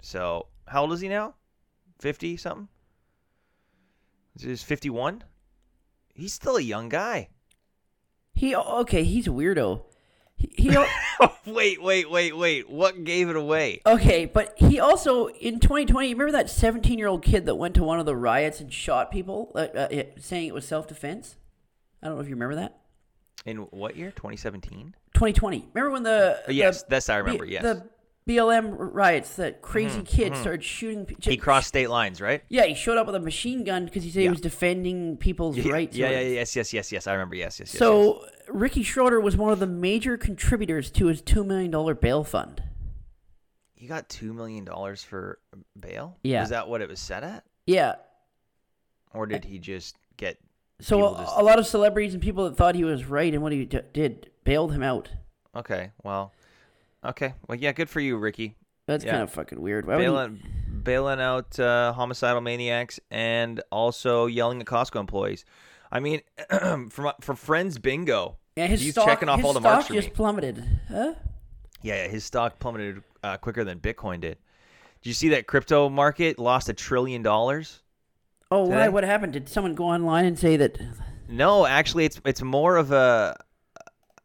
Speaker 1: So, how old is he now? Fifty something. He's fifty one. He's still a young guy.
Speaker 2: He okay. He's a weirdo. He, he al-
Speaker 1: wait, wait, wait, wait. What gave it away?
Speaker 2: okay, but he also in 2020. Remember that 17 year old kid that went to one of the riots and shot people, uh, uh, it- saying it was self defense. I don't know if you remember that.
Speaker 1: In what year? 2017.
Speaker 2: 2020. Remember when the
Speaker 1: Uh, Yes,
Speaker 2: the-
Speaker 1: that's I remember.
Speaker 2: B-
Speaker 1: yes, Mm-hmm,
Speaker 2: the BLM riots. That crazy kid started shooting. pe-
Speaker 1: he crossed state lines, right?
Speaker 2: Yeah, he showed up with a machine gun because he said he
Speaker 1: Yeah.
Speaker 2: was defending people's
Speaker 1: Yeah,
Speaker 2: rights.
Speaker 1: Yeah,
Speaker 2: or-
Speaker 1: yeah, yes, yes, yes, yes. I remember. Yes, yes, yes. yes.
Speaker 2: So Ricky Schroeder was one of the major contributors to his two million dollar bail fund.
Speaker 1: you got two million dollars for bail.
Speaker 2: Yeah.
Speaker 1: is that what it was set at,
Speaker 2: Yeah.
Speaker 1: or did he just get?
Speaker 2: So
Speaker 1: People
Speaker 2: a,
Speaker 1: just-
Speaker 2: a lot of celebrities and people that thought he was right and what he d- did bailed him out.
Speaker 1: Okay, well, okay, well, yeah, good for you, Ricky.
Speaker 2: That's
Speaker 1: Yeah.
Speaker 2: kind of fucking weird. Why would he-
Speaker 1: Bailing, bailing out uh, homicidal maniacs and also yelling at Costco employees. I mean, for my- for friends bingo,
Speaker 2: Yeah, his
Speaker 1: he's
Speaker 2: stock,
Speaker 1: checking off
Speaker 2: his
Speaker 1: all the
Speaker 2: stock
Speaker 1: marks for
Speaker 2: just
Speaker 1: me.
Speaker 2: plummeted. Huh?
Speaker 1: Yeah, yeah, his stock plummeted uh, quicker than Bitcoin did. Did you see that crypto market lost a trillion dollars?
Speaker 2: Oh,
Speaker 1: Did
Speaker 2: why?
Speaker 1: I?
Speaker 2: What happened? Did someone go online and say that?
Speaker 1: No, actually, it's it's more of a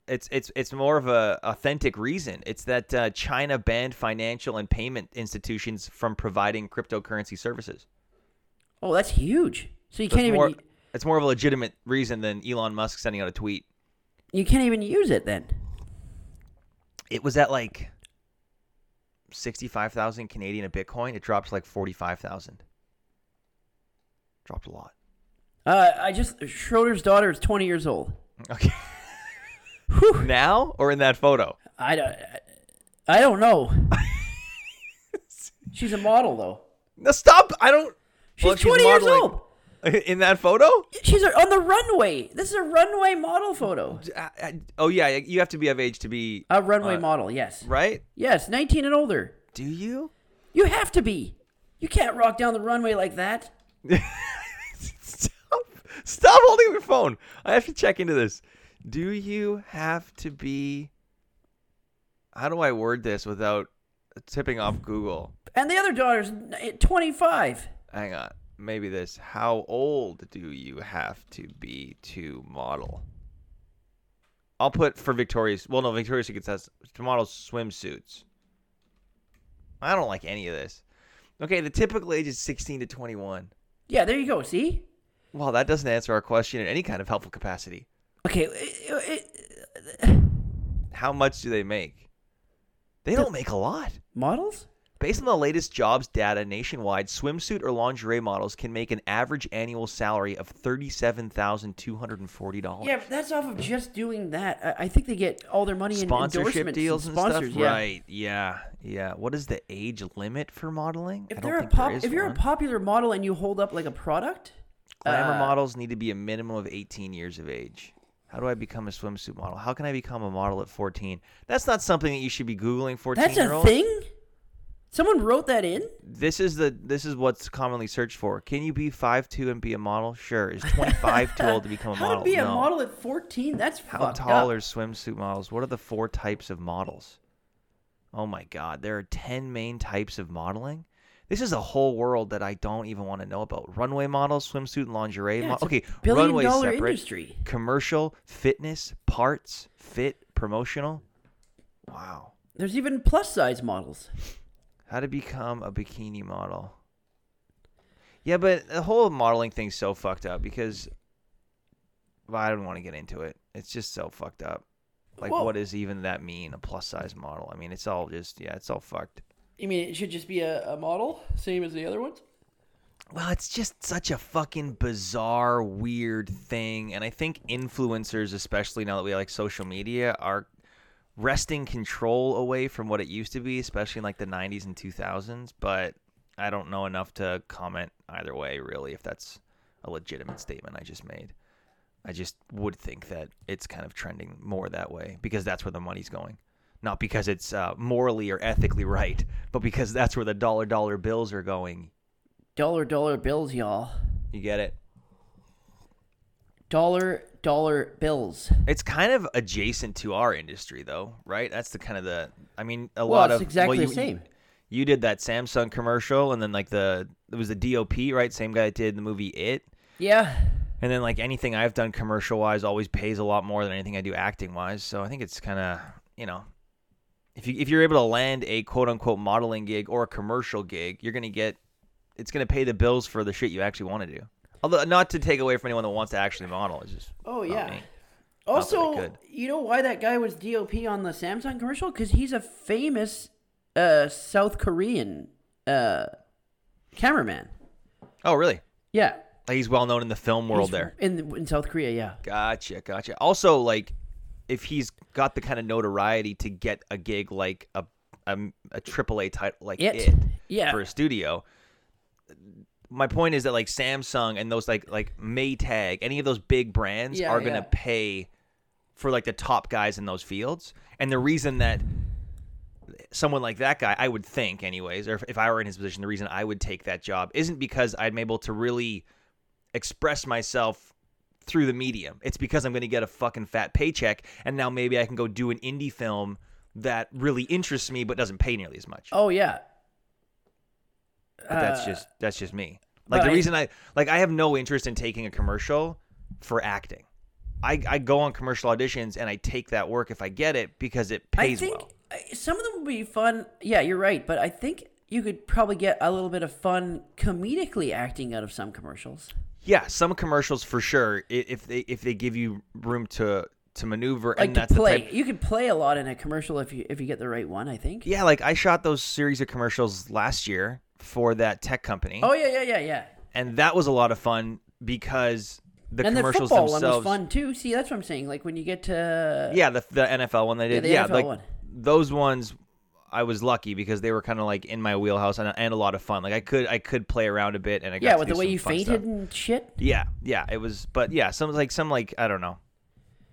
Speaker 1: it's it's it's more of a authentic reason. It's that uh, China banned financial and payment institutions from providing cryptocurrency services.
Speaker 2: Oh, that's huge. So you
Speaker 1: So
Speaker 2: can't
Speaker 1: it's
Speaker 2: even e-,
Speaker 1: more,
Speaker 2: y-
Speaker 1: it's more of a legitimate reason than Elon Musk sending out a tweet.
Speaker 2: you can't even use it then.
Speaker 1: It was at like sixty five thousand Canadian a Bitcoin. It dropped to like forty five thousand. Dropped a lot.
Speaker 2: Uh, I just Schroeder's daughter is 20 years old.
Speaker 1: Okay. now or in that photo?
Speaker 2: I don't. I don't know. she's a model though.
Speaker 1: No, stop! I don't.
Speaker 2: She's
Speaker 1: Well,
Speaker 2: 20 years
Speaker 1: modeling-
Speaker 2: old.
Speaker 1: In that photo?
Speaker 2: She's on the runway. This is a runway model photo.
Speaker 1: I- I- oh yeah, you have to be of age to be
Speaker 2: A runway
Speaker 1: Uh,
Speaker 2: model, yes.
Speaker 1: right.
Speaker 2: Yes, 19 and older.
Speaker 1: Do you?
Speaker 2: You have to be. You can't rock down the runway like that.
Speaker 1: Stop! Stop holding your phone. I have to check into this. Do you have to be? How do I word this without tipping off Google?
Speaker 2: And the other daughter's n- eh, 25.
Speaker 1: Hang on. Maybe this. How old do you have to be to model? I'll put for Victoria's. Well, no, Victoria's Secret has to model swimsuits. I don't like any of this. Okay, the typical age is 16 to 21.
Speaker 2: Yeah, there you go. See?
Speaker 1: Well, that doesn't answer our question in any kind of helpful capacity.
Speaker 2: Okay. eh, i- i-
Speaker 1: How much do they make? They don't make a lot.
Speaker 2: models?
Speaker 1: Based on the latest jobs data nationwide, swimsuit or lingerie models can make an average annual salary of $37,240.
Speaker 2: Yeah, but that's off of just doing that. I, I think they get all their money in
Speaker 1: Sponsorship
Speaker 2: endorsements
Speaker 1: deals
Speaker 2: and
Speaker 1: and
Speaker 2: sponsors.
Speaker 1: stuff,
Speaker 2: yeah.
Speaker 1: right? Yeah, yeah. What is the age limit for modeling?
Speaker 2: If
Speaker 1: I don't
Speaker 2: they're a
Speaker 1: think
Speaker 2: pop,
Speaker 1: there is
Speaker 2: if you're
Speaker 1: one.
Speaker 2: a popular model and you hold up like a product,
Speaker 1: glamour
Speaker 2: uh,
Speaker 1: models need to be a minimum of 18 years of age. How do I become a swimsuit model? How can I become a model at 14? That's not something that you should be googling. 14
Speaker 2: that's
Speaker 1: year
Speaker 2: a
Speaker 1: old.
Speaker 2: thing. Someone wrote that in.
Speaker 1: this is the this is what's commonly searched for. Can you be 5'2 and be a model? Sure. Is 25 too old to become a
Speaker 2: How
Speaker 1: model?
Speaker 2: to be a
Speaker 1: No.
Speaker 2: model at 14? That's
Speaker 1: How
Speaker 2: fucked
Speaker 1: tall
Speaker 2: up.
Speaker 1: are swimsuit models? What are the four types of models? Oh my god, there are 10 main types of modeling. This is a whole world that I don't even want to know about. Runway models, swimsuit and lingerie.
Speaker 2: Yeah,
Speaker 1: mo-
Speaker 2: it's a
Speaker 1: okay,
Speaker 2: billion
Speaker 1: runway
Speaker 2: dollar
Speaker 1: separate.
Speaker 2: industry.
Speaker 1: Commercial, fitness, parts, fit, promotional. Wow.
Speaker 2: There's even plus size models.
Speaker 1: How to become a bikini model. Yeah, but the whole modeling thing's so fucked up because well, I don't want to get into it. It's just so fucked up. Like,
Speaker 2: Well-
Speaker 1: what does even that mean? A plus size model? I mean, it's all just yeah, it's all fucked.
Speaker 2: You mean it should just be a, a model, same as the other ones?
Speaker 1: Well, it's just such a fucking bizarre, weird thing, and I think influencers, especially now that we have like social media, are wresting control away from what it used to be, especially in like the '90s and 2000s. But I don't know enough to comment either way, really, if that's a legitimate statement I just made. I just would think that it's kind of trending more that way because that's where the money's going. Not because it's uh, morally or ethically right, but because that's where the dollar dollar bills are going.
Speaker 2: Dollar dollar bills, y'all.
Speaker 1: You get it.
Speaker 2: Dollar dollar bills.
Speaker 1: It's kind of adjacent to our industry, though, right? That's the kind of the. I mean, a
Speaker 2: Well,
Speaker 1: lot
Speaker 2: it's
Speaker 1: of
Speaker 2: exactly
Speaker 1: well,
Speaker 2: the
Speaker 1: you-
Speaker 2: same.
Speaker 1: You did that Samsung commercial, and then like the it was the DOP, right? Same guy that did the movie It,
Speaker 2: Yeah.
Speaker 1: and then like anything I've done commercial wise always pays a lot more than anything I do acting wise. So I think it's kind of you know, if you if you're able to land a quote unquote modeling gig or a commercial gig, you're gonna get it's gonna pay the bills for the shit you actually want to do. Although not to take away from anyone that wants to actually model, it's just
Speaker 2: Oh
Speaker 1: not
Speaker 2: yeah.
Speaker 1: me.
Speaker 2: Also,
Speaker 1: good.
Speaker 2: you know why that guy was DOP on the Samsung commercial? Because he's a famous uh, South Korean uh, cameraman.
Speaker 1: Oh really?
Speaker 2: Yeah.
Speaker 1: Like he's well known in the film world
Speaker 2: He's
Speaker 1: there.
Speaker 2: in in South Korea. Yeah.
Speaker 1: Gotcha, gotcha. Also, like, if he's got the kind of notoriety to get a gig like a a, a AAA title like
Speaker 2: It.
Speaker 1: it,
Speaker 2: Yeah.
Speaker 1: for a studio, my point is that like Samsung and those like like Maytag, any of those big brands
Speaker 2: Yeah,
Speaker 1: are gonna
Speaker 2: yeah.
Speaker 1: pay for like the top guys in those fields. And the reason that someone like that guy, I would think, anyways, or if, if I were in his position, the reason I would take that job isn't because I'm able to really express myself through the medium. It's because I'm going to get a fucking fat paycheck, and now maybe I can go do an indie film that really interests me but doesn't pay nearly as much.
Speaker 2: Oh yeah.
Speaker 1: But that's
Speaker 2: Uh,
Speaker 1: just that's just me. Like
Speaker 2: but
Speaker 1: the
Speaker 2: I-
Speaker 1: reason I like I have no interest in taking a commercial for acting. I, I go on commercial auditions and I take that work if I get it because it
Speaker 2: I
Speaker 1: pays
Speaker 2: think
Speaker 1: well.
Speaker 2: I- some of them would be fun. Yeah, you're right, but I think you could probably get a little bit of fun comedically acting out of some commercials.
Speaker 1: Yeah, some commercials for sure. i- If they if they give you room to to maneuver
Speaker 2: Like
Speaker 1: and that's
Speaker 2: to play,
Speaker 1: the type.
Speaker 2: you could play a lot in a commercial if you if you get the right one. I think.
Speaker 1: Yeah, like I shot those series of commercials last year for that tech company,
Speaker 2: Oh yeah, yeah, yeah, yeah.
Speaker 1: and that was a lot of fun because the
Speaker 2: and the
Speaker 1: commercials
Speaker 2: football
Speaker 1: themselves.
Speaker 2: one was fun too. See, that's what I'm saying. Like when you get to
Speaker 1: Yeah, the the NFL one they did.
Speaker 2: the
Speaker 1: Yeah,
Speaker 2: NFL
Speaker 1: like
Speaker 2: one.
Speaker 1: those ones, I was lucky because they were kind of like in my wheelhouse and, and a lot of fun. Like I could I could play around a bit and I got
Speaker 2: yeah,
Speaker 1: to
Speaker 2: with
Speaker 1: do
Speaker 2: the way
Speaker 1: some
Speaker 2: you
Speaker 1: fun
Speaker 2: fainted
Speaker 1: stuff.
Speaker 2: and shit.
Speaker 1: Yeah, yeah, it was. But yeah, some like some like I don't know,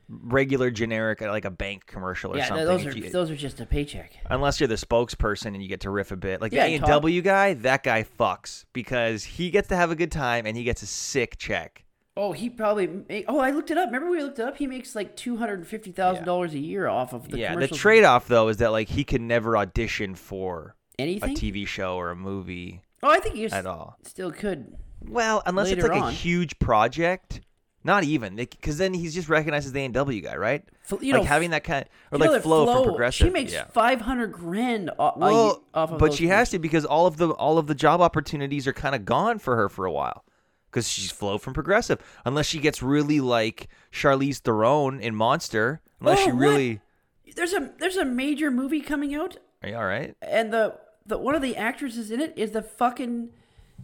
Speaker 1: regular generic uh, like a bank commercial or
Speaker 2: Yeah,
Speaker 1: something.
Speaker 2: those
Speaker 1: if
Speaker 2: are
Speaker 1: you-
Speaker 2: those are just a paycheck.
Speaker 1: unless you're the spokesperson and you get to riff a bit. Like the
Speaker 2: Yeah,
Speaker 1: A
Speaker 2: and
Speaker 1: and
Speaker 2: talk.
Speaker 1: W guy, that guy fucks because he gets to have a good time and he gets a sick check.
Speaker 2: Oh, he probably. Make, oh, I looked it up. Remember we looked it up? He makes like two hundred and fifty thousand dollars a year off of the
Speaker 1: yeah, the
Speaker 2: commercials.
Speaker 1: trade off though is that like he could never audition for a
Speaker 2: anything.
Speaker 1: TV show or a movie.
Speaker 2: Oh, I think you s-
Speaker 1: at all.
Speaker 2: still could.
Speaker 1: Well, unless it's
Speaker 2: Later
Speaker 1: like a
Speaker 2: on.
Speaker 1: huge project, not even because then he's just recognized as the A&W guy, right?
Speaker 2: Fl- you
Speaker 1: like
Speaker 2: know,
Speaker 1: having that kind or
Speaker 2: You know
Speaker 1: like
Speaker 2: that
Speaker 1: flow,
Speaker 2: Flo,
Speaker 1: from progressive.
Speaker 2: She makes
Speaker 1: yeah.
Speaker 2: five hundred grand off,
Speaker 1: well,
Speaker 2: off of
Speaker 1: but
Speaker 2: those
Speaker 1: she has to because all of the all of the job opportunities are kind of gone for her for a while because she's flow from progressive. Unless she gets really like Charlize Theron in Monster, unless
Speaker 2: Oh,
Speaker 1: she
Speaker 2: what?
Speaker 1: really
Speaker 2: commercials. There's a there's a major movie coming out,
Speaker 1: are you all right?
Speaker 2: and the the one of the actresses in it is the fucking,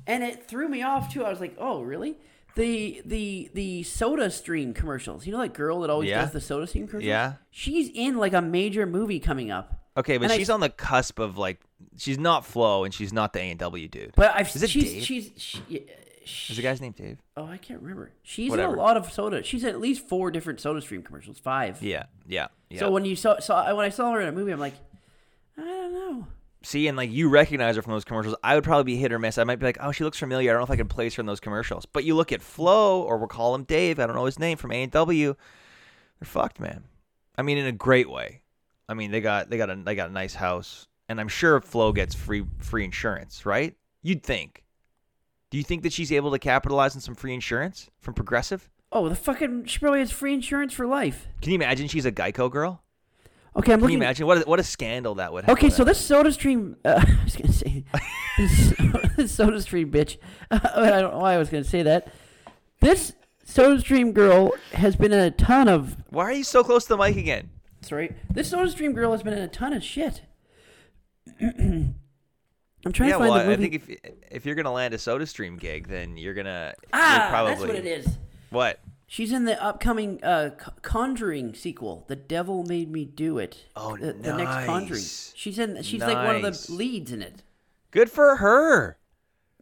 Speaker 2: and it threw me off too. I was like, oh really? The the the Soda Stream commercials. You know that girl that always
Speaker 1: Yeah.
Speaker 2: does the Soda Stream commercials.
Speaker 1: Yeah.
Speaker 2: she's in like a major movie coming up.
Speaker 1: Okay, but
Speaker 2: And I-
Speaker 1: she's on the cusp of like she's not flow and she's not the A&W dude.
Speaker 2: But I've
Speaker 1: Is it
Speaker 2: she's
Speaker 1: Dave?
Speaker 2: she's she, she,
Speaker 1: Is the guy's name Dave?
Speaker 2: oh I can't remember. She's in
Speaker 1: Whatever.
Speaker 2: a lot of soda. She's in at least four different Soda Stream commercials. Five.
Speaker 1: Yeah, yeah, yeah.
Speaker 2: So when you saw, saw when I saw her in a movie, I'm like, I don't know.
Speaker 1: see and like you recognize her from those commercials, I would probably be hit or miss. I might be like, oh, she looks familiar. I don't know if I could place her in those commercials. But you look at Flo, or we'll call him Dave. I don't know his name from A and W. They're fucked, man. I mean, in a great way. I mean, they got they got a they got a nice house, and I'm sure Flo gets free free insurance, right? You'd think. Do you think that she's able to capitalize on some free insurance from Progressive?
Speaker 2: Oh, the fucking she probably has free insurance for life.
Speaker 1: Can you imagine she's a Geico girl?
Speaker 2: Okay, I'm
Speaker 1: Can you
Speaker 2: looking.
Speaker 1: imagine what a, what a scandal that would have?
Speaker 2: Okay, so this Soda Stream, uh, I was gonna say, this this Soda Stream bitch. I don't know why I was gonna say that. This Soda Stream girl has been in a ton of.
Speaker 1: why are you so close to the mic again?
Speaker 2: Sorry, this Soda Stream girl has been in a ton of shit. I'm trying
Speaker 1: yeah,
Speaker 2: to find
Speaker 1: well,
Speaker 2: the
Speaker 1: I-
Speaker 2: movie.
Speaker 1: I think if if you're gonna land a Soda Stream gig, then you're gonna you're
Speaker 2: ah,
Speaker 1: probably
Speaker 2: that's what it is.
Speaker 1: What?
Speaker 2: She's in the upcoming uh, C- Conjuring sequel, "The Devil Made Me Do It."
Speaker 1: Oh,
Speaker 2: the, the next Conjuring.
Speaker 1: nice.
Speaker 2: She's in. She's like one of
Speaker 1: Nice.
Speaker 2: the leads in it.
Speaker 1: Good for her.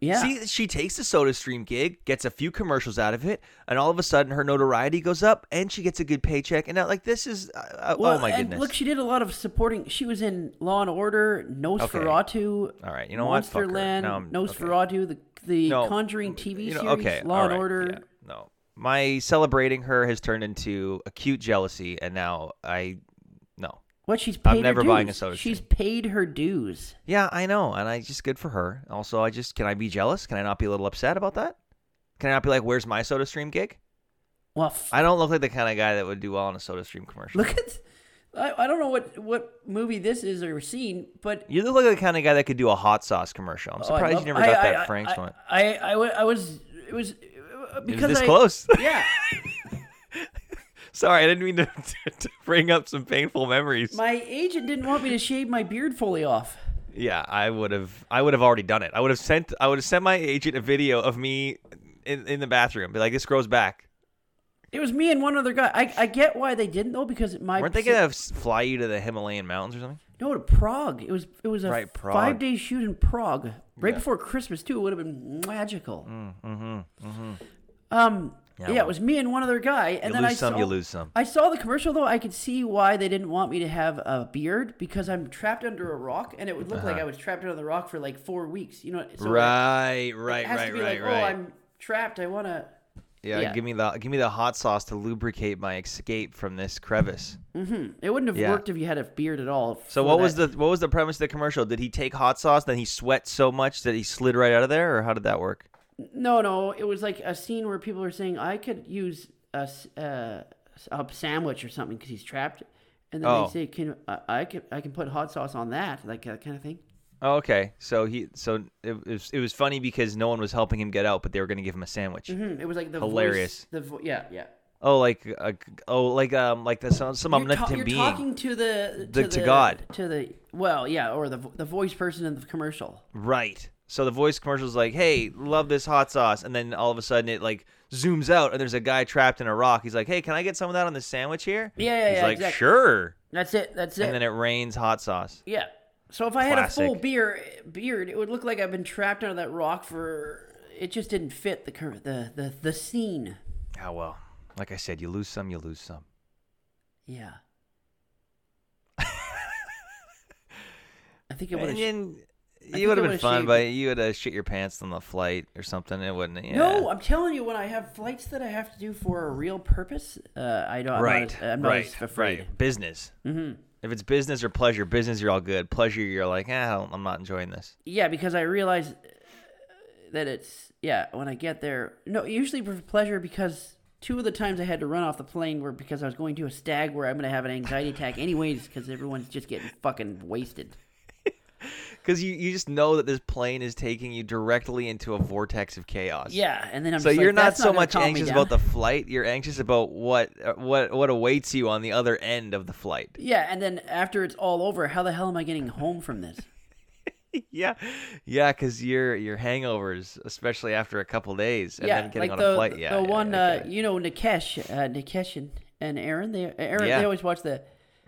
Speaker 2: Yeah.
Speaker 1: See, she takes the SodaStream gig, gets a few commercials out of it, and all of a sudden her notoriety goes up, and she gets a good paycheck. And now, like this is, uh, uh,
Speaker 2: Well,
Speaker 1: oh my
Speaker 2: and
Speaker 1: goodness!
Speaker 2: Look, she did a lot of supporting. She was in Law and Order, Nosferatu.
Speaker 1: All right, you know what? Fuck her.
Speaker 2: Monsterland,
Speaker 1: No, I'm- okay.
Speaker 2: Nosferatu, the the
Speaker 1: No,
Speaker 2: Conjuring TV
Speaker 1: you know,
Speaker 2: series,
Speaker 1: okay,
Speaker 2: Law
Speaker 1: all
Speaker 2: and
Speaker 1: right,
Speaker 2: Order.
Speaker 1: yeah, no, my celebrating her has turned into acute jealousy, and now I, no,
Speaker 2: What she's paid
Speaker 1: never
Speaker 2: her
Speaker 1: buying a
Speaker 2: dues.
Speaker 1: soda
Speaker 2: She's paid her dues.
Speaker 1: yeah, I know, and I just good for her. Also, I just can I be jealous? Can I not be a little upset about that? Can I not be like, where's my SodaStream gig?
Speaker 2: Well, f-
Speaker 1: I don't look like the kind of guy that would do well in a SodaStream commercial.
Speaker 2: look at. I, I don't know what what movie this is or scene, but
Speaker 1: You look like the kind of guy that could do a hot sauce commercial. I'm
Speaker 2: oh, I
Speaker 1: surprised
Speaker 2: love-
Speaker 1: you never
Speaker 2: I-
Speaker 1: got
Speaker 2: I-
Speaker 1: that
Speaker 2: I-
Speaker 1: Frank's
Speaker 2: I,
Speaker 1: one.
Speaker 2: I, I, wa- I was it was uh,
Speaker 1: It was
Speaker 2: because
Speaker 1: this
Speaker 2: I,
Speaker 1: close.
Speaker 2: Yeah,
Speaker 1: Sorry, I didn't mean to, to, to bring up some painful memories.
Speaker 2: my agent didn't want me to shave my beard fully off.
Speaker 1: yeah, I would have. I would have already done it. I would have sent. I would have sent my agent a video of me in, in the bathroom. Be like, this grows back.
Speaker 2: It was me and one other guy. I, I get why they didn't though because my
Speaker 1: Weren't they gonna have s- fly you to the Himalayan mountains or something?
Speaker 2: no to Prague. It was it was a
Speaker 1: Right, Prague.
Speaker 2: five day shoot in Prague right
Speaker 1: Yeah.
Speaker 2: before Christmas too. It would have been magical. Mm, mm-hmm, Um, yeah, it was me and one other guy,
Speaker 1: You
Speaker 2: and then
Speaker 1: lose
Speaker 2: I
Speaker 1: some,
Speaker 2: saw,
Speaker 1: you lose some.
Speaker 2: I saw the commercial though. I could see why they didn't want me to have a beard because I'm trapped under a rock, and it would look like I was trapped under the rock for like four weeks. You know, so
Speaker 1: Uh-huh. right,
Speaker 2: It
Speaker 1: right,
Speaker 2: has
Speaker 1: right,
Speaker 2: to be
Speaker 1: right,
Speaker 2: like,
Speaker 1: right.
Speaker 2: oh, I'm trapped. I want to.
Speaker 1: yeah,
Speaker 2: yeah.
Speaker 1: give me the give me the hot sauce to lubricate my escape from this crevice.
Speaker 2: It wouldn't have
Speaker 1: Yeah.
Speaker 2: worked if you had a beard at all.
Speaker 1: So
Speaker 2: for
Speaker 1: what was
Speaker 2: that.
Speaker 1: the what was the premise of the commercial? Did he take hot sauce, then he sweat so much that he slid right out of there, or how did that work?
Speaker 2: No, no, it was like a scene where people are saying I could use a, s- uh, a sandwich or something because he's trapped, and then
Speaker 1: Oh.
Speaker 2: they say, "Can I, I can I can put hot sauce on that?" Like that kind of thing.
Speaker 1: Oh, okay, so he so it, was it was funny because no one was helping him get out, but they were going to give him a sandwich.
Speaker 2: Hmm, It was like the voice-
Speaker 1: Hilarious.
Speaker 2: the vo- yeah, yeah.
Speaker 1: Oh, like uh, oh, like um, like the, some some
Speaker 2: You're, ta-
Speaker 1: omnipotent
Speaker 2: you're
Speaker 1: being.
Speaker 2: talking to the
Speaker 1: The- to God.
Speaker 2: to the well, yeah, or the vo- the voice person in the commercial.
Speaker 1: Right. So the voice commercial's like, "Hey, love this hot sauce," and then all of a sudden it like zooms out, and there's a guy trapped in a rock. He's like, "Hey, can I get some of that on this sandwich here?"
Speaker 2: Yeah, yeah,
Speaker 1: He's
Speaker 2: yeah,
Speaker 1: like,
Speaker 2: exactly.
Speaker 1: "Sure,"
Speaker 2: That's it. That's it.
Speaker 1: and then it rains hot sauce.
Speaker 2: yeah. So if I had a
Speaker 1: Classic.
Speaker 2: full beer beard, it would look like I've been trapped under that rock for. It just didn't fit the cur- the the the scene.
Speaker 1: Oh well, like I said, you lose some, you lose some.
Speaker 2: Yeah. I think it would
Speaker 1: And
Speaker 2: have.
Speaker 1: then
Speaker 2: think
Speaker 1: you would
Speaker 2: I
Speaker 1: have been
Speaker 2: would've
Speaker 1: fun,
Speaker 2: shaved
Speaker 1: but you would have shit your pants on the flight or something. It wouldn't. Yeah.
Speaker 2: No, I'm telling you, when I have flights that I have to do for a real purpose, uh, I don't. I'm
Speaker 1: right.
Speaker 2: Not, as- I'm not
Speaker 1: right.
Speaker 2: as afraid.
Speaker 1: Right. Business. Mm-hmm. If it's business or pleasure, business you're all good. Pleasure you're like, ah, I don't- I'm not enjoying this.
Speaker 2: Yeah, because I realize uh, that it's yeah. When I get there, no, usually for pleasure because. Two of the times I had to run off the plane were because I was going to a stag where I'm going to have an anxiety attack anyways because everyone's just getting fucking wasted.
Speaker 1: Because you, you just know that this plane is taking you directly into a vortex of chaos.
Speaker 2: Yeah, and then I'm
Speaker 1: So
Speaker 2: just like,
Speaker 1: you're not
Speaker 2: "That's
Speaker 1: so
Speaker 2: gonna
Speaker 1: much
Speaker 2: calm me
Speaker 1: anxious
Speaker 2: down."
Speaker 1: about the flight. You're anxious about what uh, what what awaits you on the other end of the flight.
Speaker 2: yeah, and then after it's all over, how the hell am I getting home from this?
Speaker 1: yeah, yeah, because your your hangovers, especially after a couple days, and then getting
Speaker 2: like
Speaker 1: on
Speaker 2: the,
Speaker 1: a flight. Yeah,
Speaker 2: the
Speaker 1: yeah,
Speaker 2: one
Speaker 1: I
Speaker 2: uh,
Speaker 1: get it.
Speaker 2: you know, Nikesh, uh, Nikesh and, and Aaron. They Aaron,
Speaker 1: Yeah.
Speaker 2: they always watch the,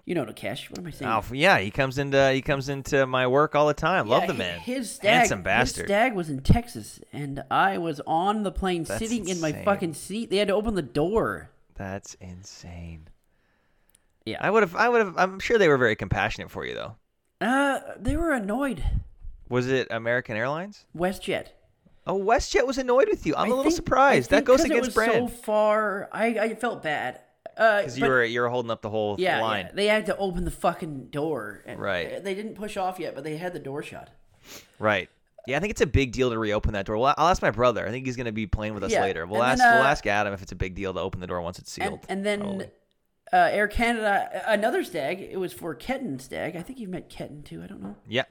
Speaker 2: you know, Nikesh. What am I saying?
Speaker 1: Oh, f- yeah, he comes into he comes into my work all the time. Love
Speaker 2: Yeah,
Speaker 1: the
Speaker 2: hi-
Speaker 1: man.
Speaker 2: His stag,
Speaker 1: handsome
Speaker 2: His
Speaker 1: bastard.
Speaker 2: stag was in Texas, and I was on the plane,
Speaker 1: That's
Speaker 2: sitting in my
Speaker 1: insane.
Speaker 2: fucking seat. They had to open the door.
Speaker 1: That's insane.
Speaker 2: Yeah.
Speaker 1: I would have. I would have. I'm sure they were very compassionate for you, though.
Speaker 2: Uh, they were annoyed.
Speaker 1: Was it American Airlines?
Speaker 2: WestJet.
Speaker 1: Oh, Westjet was annoyed with you. I'm
Speaker 2: I
Speaker 1: a little
Speaker 2: think- I
Speaker 1: surprised. That
Speaker 2: think
Speaker 1: goes
Speaker 2: 'cause it
Speaker 1: against
Speaker 2: was
Speaker 1: brand.
Speaker 2: So far, I I felt bad. Uh,
Speaker 1: Because
Speaker 2: but-
Speaker 1: you were you were holding up the whole
Speaker 2: yeah, yeah,
Speaker 1: line.
Speaker 2: they had to open the fucking door. And-
Speaker 1: Right.
Speaker 2: They didn't push off yet, but they had the door shut.
Speaker 1: Right. Yeah, I think it's a big deal to reopen that door. Well, I'll ask my brother. I think he's going to be playing with us
Speaker 2: Yeah,
Speaker 1: later. We'll
Speaker 2: and
Speaker 1: ask
Speaker 2: then,
Speaker 1: we'll
Speaker 2: uh,
Speaker 1: ask Adam if it's a big deal to open the door once it's
Speaker 2: and,
Speaker 1: sealed.
Speaker 2: and then
Speaker 1: probably.
Speaker 2: uh, Air Canada, another stag. It was for Ketton stag. I think you've met Ketton too. I don't know.
Speaker 1: yeah,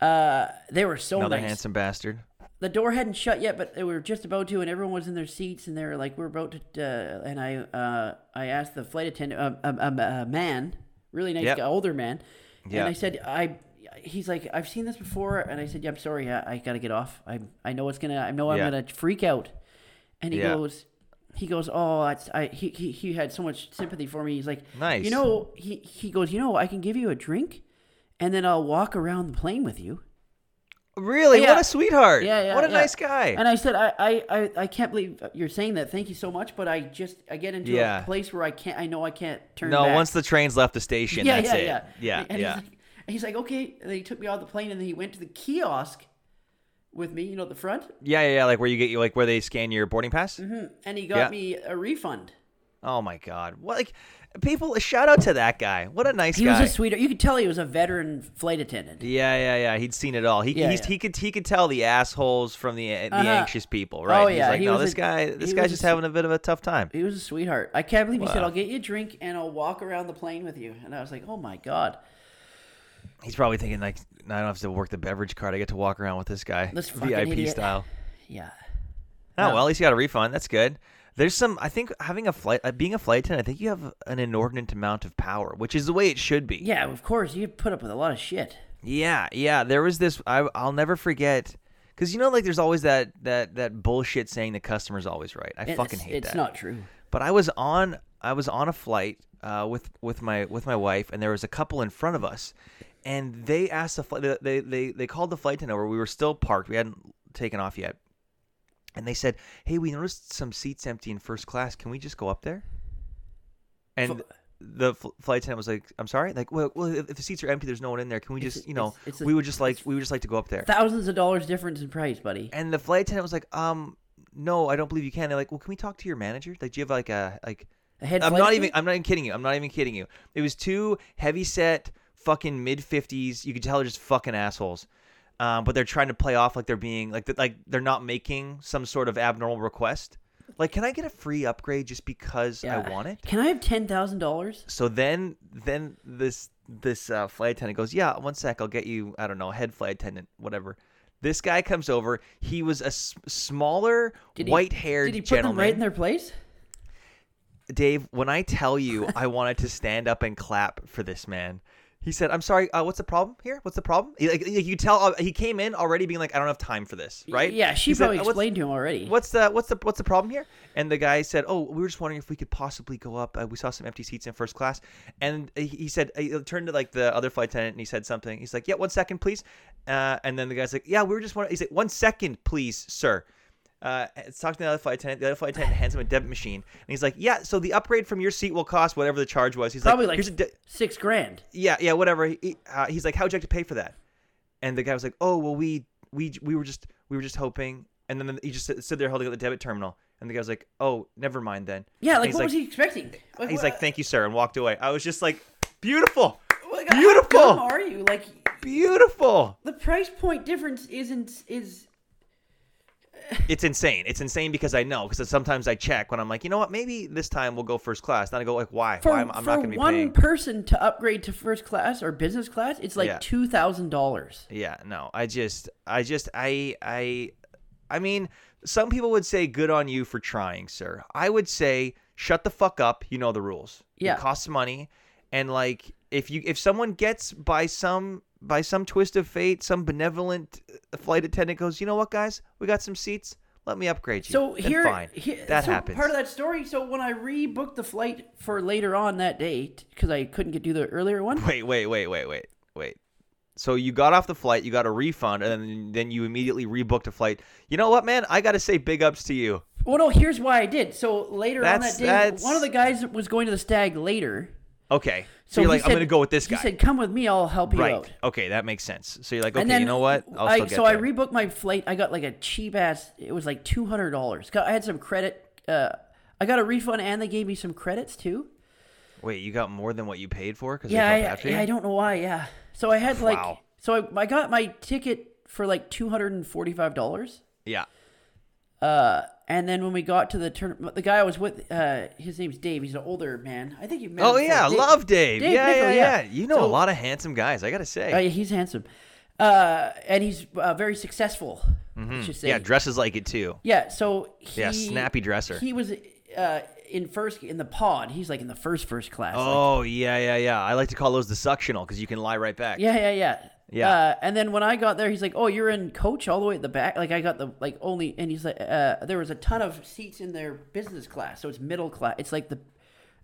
Speaker 2: Uh, they were so
Speaker 1: another
Speaker 2: nice.
Speaker 1: handsome bastard.
Speaker 2: The door hadn't shut yet, but they were just about to, and everyone was in their seats, and they were like, "We're about to." Uh, and I, uh, I asked the flight attendant, a um, um, uh, man, really nice
Speaker 1: Yep.
Speaker 2: guy, older man,
Speaker 1: Yeah.
Speaker 2: and I said, "I." He's like, "I've seen this before," and I said, "Yeah, I'm sorry. I, I gotta get off. I, I know it's gonna. I know I'm
Speaker 1: Yeah.
Speaker 2: gonna freak out." And he
Speaker 1: Yeah.
Speaker 2: goes, he goes, "Oh, that's, I." He, he he had so much sympathy for me. He's like,
Speaker 1: Nice.
Speaker 2: You know, he he goes, you know, I can give you a drink, and then I'll walk around the plane with you."
Speaker 1: Really?
Speaker 2: Yeah.
Speaker 1: What a sweetheart.
Speaker 2: Yeah, yeah.
Speaker 1: What a
Speaker 2: yeah.
Speaker 1: nice guy.
Speaker 2: And I said, I, I, I, I can't believe you're saying that. Thank you so much, but I just I get into
Speaker 1: Yeah.
Speaker 2: a place where I can't. I know I can't turn.
Speaker 1: no,
Speaker 2: back.
Speaker 1: once the train's left the station,
Speaker 2: yeah,
Speaker 1: that's
Speaker 2: yeah,
Speaker 1: it.
Speaker 2: yeah,
Speaker 1: yeah.
Speaker 2: And- and
Speaker 1: yeah.
Speaker 2: He's like, and he's like, okay. And then he took me off the plane, and then he went to the kiosk with me, you know, at the front,
Speaker 1: yeah, yeah, yeah, like where you get you like where they scan your boarding pass.
Speaker 2: and he got
Speaker 1: Yeah.
Speaker 2: me a refund.
Speaker 1: Oh my god. What like people a shout out to that guy. What a nice
Speaker 2: He
Speaker 1: guy.
Speaker 2: was a sweetheart. You could tell he was a veteran flight attendant.
Speaker 1: Yeah, yeah, yeah. He'd seen it all. He
Speaker 2: Yeah,
Speaker 1: he's,
Speaker 2: yeah.
Speaker 1: he could he could tell the assholes from the the
Speaker 2: Uh-huh.
Speaker 1: anxious people, right?
Speaker 2: Oh,
Speaker 1: he's
Speaker 2: yeah,
Speaker 1: like,
Speaker 2: he
Speaker 1: no,
Speaker 2: was
Speaker 1: this
Speaker 2: a-
Speaker 1: guy
Speaker 2: he
Speaker 1: this guy's
Speaker 2: was a
Speaker 1: just
Speaker 2: s-
Speaker 1: having a bit of a tough time.
Speaker 2: He was a sweetheart. I can't believe he said,
Speaker 1: Wow.
Speaker 2: "I'll get you a drink and I'll walk around the plane with you." And I was like, "Oh my god,
Speaker 1: He's probably thinking like, "No, I don't have to work the beverage cart. I get to walk around with this guy,
Speaker 2: This fucking
Speaker 1: VIP
Speaker 2: idiot.
Speaker 1: style.
Speaker 2: yeah."
Speaker 1: Oh well, at least you got a refund. That's good. There's some. I think having a flight, uh, being a flight attendant, I think you have an inordinate amount of power, which is the way it should be.
Speaker 2: Yeah, of course. You put up with a lot of shit.
Speaker 1: Yeah, yeah. There was this. I, I'll never forget. Cause you know, like, there's always that that that bullshit saying the customer's always right. I
Speaker 2: And
Speaker 1: fucking
Speaker 2: it's,
Speaker 1: hate
Speaker 2: it's
Speaker 1: that.
Speaker 2: not true.
Speaker 1: But I was on I was on a flight uh, with with my with my wife, and there was a couple in front of us, and they asked the flight they they they called the flight to know where we were still parked. We hadn't taken off yet, and they said, "Hey, we noticed some seats empty in first class. Can we just go up there?" And
Speaker 2: Fu-
Speaker 1: the fl- flight attendant was like, "I'm sorry, like, well, well, if the seats are empty, there's no one in there. Can we
Speaker 2: It's-
Speaker 1: just, you know,
Speaker 2: it's- it's a-
Speaker 1: we would just like, we would just like to go up there."
Speaker 2: Thousands of dollars difference in price, buddy.
Speaker 1: And the flight attendant was like, "Um, no, I don't believe you can." They're like, "Well, can we talk to your manager? Like, do you have like a like?"
Speaker 2: A head
Speaker 1: I'm
Speaker 2: flight
Speaker 1: not even.
Speaker 2: attendant?
Speaker 1: I'm not even kidding you. I'm not even kidding you. It was two heavy set, fucking mid fifties. You could tell they're just fucking assholes. Um, but they're trying to play off like they're being like th- like they're not making some sort of abnormal request. Like, can I get a free upgrade just because I
Speaker 2: Yeah.
Speaker 1: want it?
Speaker 2: Can I have ten thousand dollars?
Speaker 1: So then then this this uh, flight attendant goes, yeah, one sec, I'll get you. I don't know, head flight attendant, whatever. This guy comes over. He was a s- smaller,
Speaker 2: Did he-
Speaker 1: white-haired
Speaker 2: Did he put
Speaker 1: gentleman.
Speaker 2: them right in their place?
Speaker 1: Dave, when I tell you I wanted to stand up and clap for this man, he said, "I'm sorry. Uh, what's the problem here? What's the problem?" He, like you could tell, uh, he came in already being like, "I don't have time for this." Right?
Speaker 2: Yeah, she
Speaker 1: He said,
Speaker 2: probably
Speaker 1: "Uh, what's-
Speaker 2: explained to him already.
Speaker 1: What's the what's the what's the problem here? And the guy said, "Oh, we were just wondering if we could possibly go up. Uh, we saw some empty seats in first class." And he- he said, he turned to like the other flight attendant and he said something. He's like, "Yeah, one second, please." Uh, and then the guy's like, "Yeah, we were just wondering." He's like, "One second, please, sir." Uh, it's talking to the other flight attendant. The other flight attendant hands him a debit machine, and he's like, "Yeah, so the upgrade from your seat will cost whatever the charge was." He's
Speaker 2: Probably
Speaker 1: like,
Speaker 2: like
Speaker 1: "Here's a de-
Speaker 2: six grand.
Speaker 1: yeah, yeah, whatever. He, uh, he's like, how'd you have to pay for that? And the guy was like, oh, well, we we we were just we were just hoping. And then he just stood there holding up the debit terminal. And the guy was like, oh, never mind then.
Speaker 2: Yeah,
Speaker 1: And
Speaker 2: like
Speaker 1: he's
Speaker 2: what was he expecting?
Speaker 1: He's
Speaker 2: what- Oh
Speaker 1: like, thank you, sir, and walked away. I was just like, beautiful,
Speaker 2: what- how
Speaker 1: beautiful.
Speaker 2: dumb are you? Like
Speaker 1: beautiful.
Speaker 2: the price point difference isn't is
Speaker 1: It's insane. It's insane because I know because sometimes I check when I'm like, you know what, maybe this time we'll go first class. Then I go like, why?
Speaker 2: for,
Speaker 1: why am, I'm
Speaker 2: for
Speaker 1: not going to be
Speaker 2: one
Speaker 1: paying?
Speaker 2: person to upgrade to first class or business class. It's like
Speaker 1: Yeah.
Speaker 2: two thousand dollars.
Speaker 1: Yeah, no. I just I just I I I mean, some people would say good on you for trying, sir. I would say shut the fuck up, you know the rules.
Speaker 2: Yeah.
Speaker 1: It costs money and like if you if someone gets by some by some twist of fate, some benevolent uh, flight attendant goes, "You know what, guys? We got some seats. Let me upgrade you."
Speaker 2: So
Speaker 1: Then
Speaker 2: here,
Speaker 1: fine.
Speaker 2: here-
Speaker 1: that
Speaker 2: so
Speaker 1: happens.
Speaker 2: Part of that story. So when I rebooked the flight for later on that date because I couldn't get do the earlier one.
Speaker 1: Wait, wait, wait, wait, wait, wait. So you got off the flight, you got a refund, and then, then you immediately rebooked a flight. You know what, man? I got to say big ups to you.
Speaker 2: Well, no. Here's why I did. So later
Speaker 1: That's-
Speaker 2: on that day,
Speaker 1: that's-
Speaker 2: one of the guys was going to the stag later.
Speaker 1: Okay. So,
Speaker 2: So
Speaker 1: you're
Speaker 2: he
Speaker 1: like, I'm
Speaker 2: said-
Speaker 1: going to go with this guy.
Speaker 2: He said, "Come with me. I'll help you
Speaker 1: right.
Speaker 2: out."
Speaker 1: Okay, that makes sense. So you're like, okay,
Speaker 2: and then
Speaker 1: you know what? I'll
Speaker 2: I-
Speaker 1: still get
Speaker 2: so I
Speaker 1: there.
Speaker 2: rebooked my flight. I got like a cheap ass. It was like two hundred dollars. I had some credit. Uh, I got a refund and they gave me some credits too.
Speaker 1: Wait, you got more than what you paid for? Because
Speaker 2: Yeah,
Speaker 1: they felt after
Speaker 2: I,
Speaker 1: you?
Speaker 2: yeah, I don't know why. Yeah, so I had like
Speaker 1: Wow.
Speaker 2: so I, I got my ticket for like two hundred and forty five dollars.
Speaker 1: Yeah.
Speaker 2: Uh, and then when we got to the turn, the guy I was with, uh, his name's Dave. He's an older man. I think you met.
Speaker 1: Oh,
Speaker 2: him before.
Speaker 1: yeah. Love Dave.
Speaker 2: Dave
Speaker 1: yeah,
Speaker 2: Nichol,
Speaker 1: yeah, yeah. You know
Speaker 2: So-
Speaker 1: a lot of handsome guys, I got to say.
Speaker 2: Uh, yeah, he's handsome, uh, and he's uh, very successful. I should
Speaker 1: Mm-hmm.
Speaker 2: say.
Speaker 1: yeah, dresses like it too.
Speaker 2: Yeah, so he,
Speaker 1: Yeah, snappy dresser.
Speaker 2: He was uh, in first in the pod. He's like in the first first class. Like,
Speaker 1: Oh, yeah, yeah, yeah. I like to call those the suctional because you can lie right back.
Speaker 2: yeah, yeah, yeah.
Speaker 1: Yeah.
Speaker 2: Uh, and then when I got there, he's like, "Oh, you're in coach all the way at the back." Like I got the like only, and he's like, uh, "There was a ton of seats in their business class, so it's middle class. It's like the,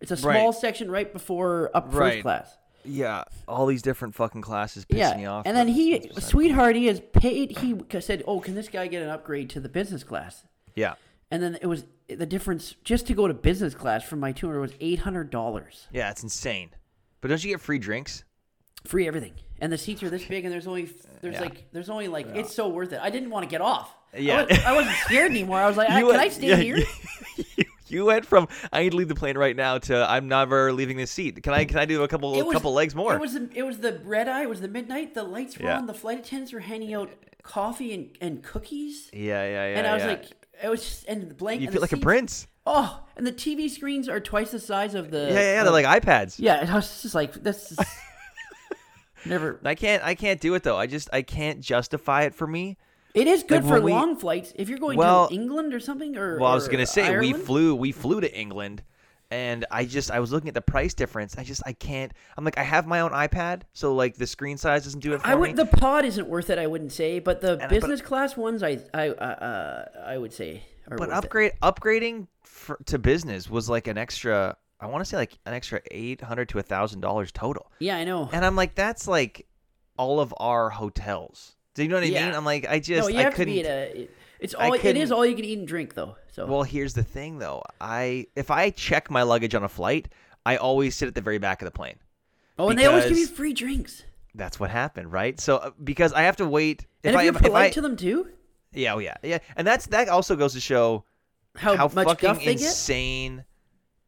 Speaker 2: it's a small
Speaker 1: Right.
Speaker 2: section right before up
Speaker 1: Right.
Speaker 2: first class."
Speaker 1: Yeah, all these different fucking classes pissing
Speaker 2: yeah,
Speaker 1: me off.
Speaker 2: and
Speaker 1: but
Speaker 2: then he,
Speaker 1: that's beside-
Speaker 2: sweetheart, he is paid. He said, "Oh, can this guy get an upgrade to the business class?"
Speaker 1: Yeah,
Speaker 2: And then it was the difference just to go to business class from my tuner was eight hundred dollars,
Speaker 1: yeah, it's insane. But don't you get free drinks?
Speaker 2: free everything, and the seats are this big, and there's only there's
Speaker 1: Yeah.
Speaker 2: like there's only like it's so worth it. I didn't want to get off.
Speaker 1: Yeah.
Speaker 2: I, was, I wasn't scared anymore. I was like, I,
Speaker 1: You
Speaker 2: "Can
Speaker 1: went-
Speaker 2: I stay
Speaker 1: yeah,
Speaker 2: here?"
Speaker 1: You, you went from I need to leave the plane right now to I'm never leaving this seat. Can I can I do a couple
Speaker 2: It was-
Speaker 1: couple legs more?
Speaker 2: It was the, it was the red eye. It was the midnight. The lights were
Speaker 1: Yeah.
Speaker 2: on. The flight attendants were handing out coffee and, and cookies.
Speaker 1: yeah, yeah, yeah.
Speaker 2: and I was
Speaker 1: yeah.
Speaker 2: like, I was just, and the blank.
Speaker 1: you
Speaker 2: and
Speaker 1: feel
Speaker 2: the
Speaker 1: like a
Speaker 2: seats-
Speaker 1: prince.
Speaker 2: Oh, and the TV screens are twice the size of the.
Speaker 1: Yeah, yeah, yeah. They're like iPads.
Speaker 2: Yeah, and I was just like, this is never.
Speaker 1: I can't I can't do it though. I just I can't justify it for me.
Speaker 2: It is good
Speaker 1: Like,
Speaker 2: for
Speaker 1: when we-
Speaker 2: long flights if you're going
Speaker 1: Well-
Speaker 2: to England or something. Or
Speaker 1: Well, I was
Speaker 2: or
Speaker 1: gonna say we
Speaker 2: Ireland.
Speaker 1: flew we flew to England, and I just I was looking at the price difference. I just I can't. I'm like I have my own iPad, so like the screen size doesn't do it for
Speaker 2: I
Speaker 1: me.
Speaker 2: would. The pod isn't worth it. I wouldn't say, but the
Speaker 1: but-
Speaker 2: business class ones, I, I, uh, uh, I would say. Are
Speaker 1: but
Speaker 2: worth it.
Speaker 1: upgrade upgrading for, to business was like an extra. I want to say like an extra eight hundred to thousand dollars total.
Speaker 2: Yeah, I know.
Speaker 1: And I'm like, that's like all of our hotels. Do you know what I
Speaker 2: Yeah.
Speaker 1: mean? I'm like, I just
Speaker 2: no, you
Speaker 1: I
Speaker 2: have to
Speaker 1: couldn't.
Speaker 2: be at a. It's
Speaker 1: I
Speaker 2: all. It is
Speaker 1: couldn't-
Speaker 2: all you can eat and drink, though. So
Speaker 1: Well, here's the thing though. I if I check my luggage on a flight, I always sit at the very back of the plane.
Speaker 2: oh, and they always give you
Speaker 1: because-
Speaker 2: free drinks.
Speaker 1: That's what happened, right? So uh, because I have to wait.
Speaker 2: And if,
Speaker 1: I,
Speaker 2: you're
Speaker 1: if
Speaker 2: polite
Speaker 1: I,
Speaker 2: to them too,
Speaker 1: yeah, oh yeah, yeah, and that's that also goes to show
Speaker 2: how,
Speaker 1: how
Speaker 2: much guff
Speaker 1: fucking
Speaker 2: they get.
Speaker 1: insane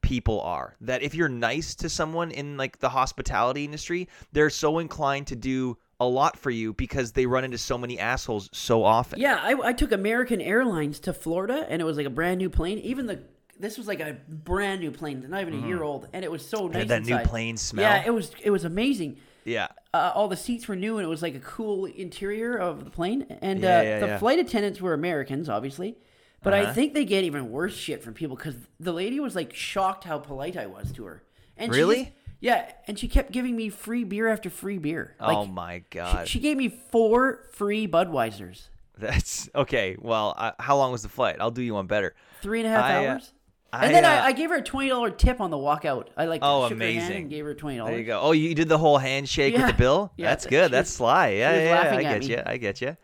Speaker 1: people are. That if you're nice to someone in like the hospitality industry, they're so inclined to do a lot for you because they run into so many assholes so often.
Speaker 2: Yeah, I, I took American Airlines to Florida, and it was like a brand new plane. Even the this was like a brand new plane, not even a year old, and it was so nice.
Speaker 1: Mm-hmm. had that new
Speaker 2: inside.
Speaker 1: plane smell.
Speaker 2: Yeah, it was it was amazing.
Speaker 1: yeah,
Speaker 2: Uh, all the seats were new, and it was like a cool interior of the plane. And
Speaker 1: Yeah, yeah,
Speaker 2: uh, the
Speaker 1: yeah. Uh-huh.
Speaker 2: flight attendants were Americans, obviously, but I think they get even worse shit from people because the lady was like shocked how polite I was to her. And she
Speaker 1: Really?
Speaker 2: just- yeah, and she kept giving me free beer after free beer. Like,
Speaker 1: oh my god,
Speaker 2: she gave me four free Budweisers.
Speaker 1: that's okay. Well, I, how long was the flight? I'll do you one better.
Speaker 2: Three and a half
Speaker 1: I, uh,
Speaker 2: hours. and
Speaker 1: I,
Speaker 2: then
Speaker 1: uh,
Speaker 2: I, I gave her a twenty dollar tip on the walkout. I like
Speaker 1: Oh,
Speaker 2: shook her hand
Speaker 1: amazing.
Speaker 2: and gave her twenty
Speaker 1: There you
Speaker 2: dollars.
Speaker 1: go. Oh, you did the whole handshake with
Speaker 2: Yeah.
Speaker 1: the bill.
Speaker 2: Yeah,
Speaker 1: That's
Speaker 2: th-
Speaker 1: good.
Speaker 2: she
Speaker 1: That's
Speaker 2: was-
Speaker 1: sly. Yeah,
Speaker 2: was
Speaker 1: yeah, yeah. I
Speaker 2: laughing at
Speaker 1: get
Speaker 2: me.
Speaker 1: you. I get you.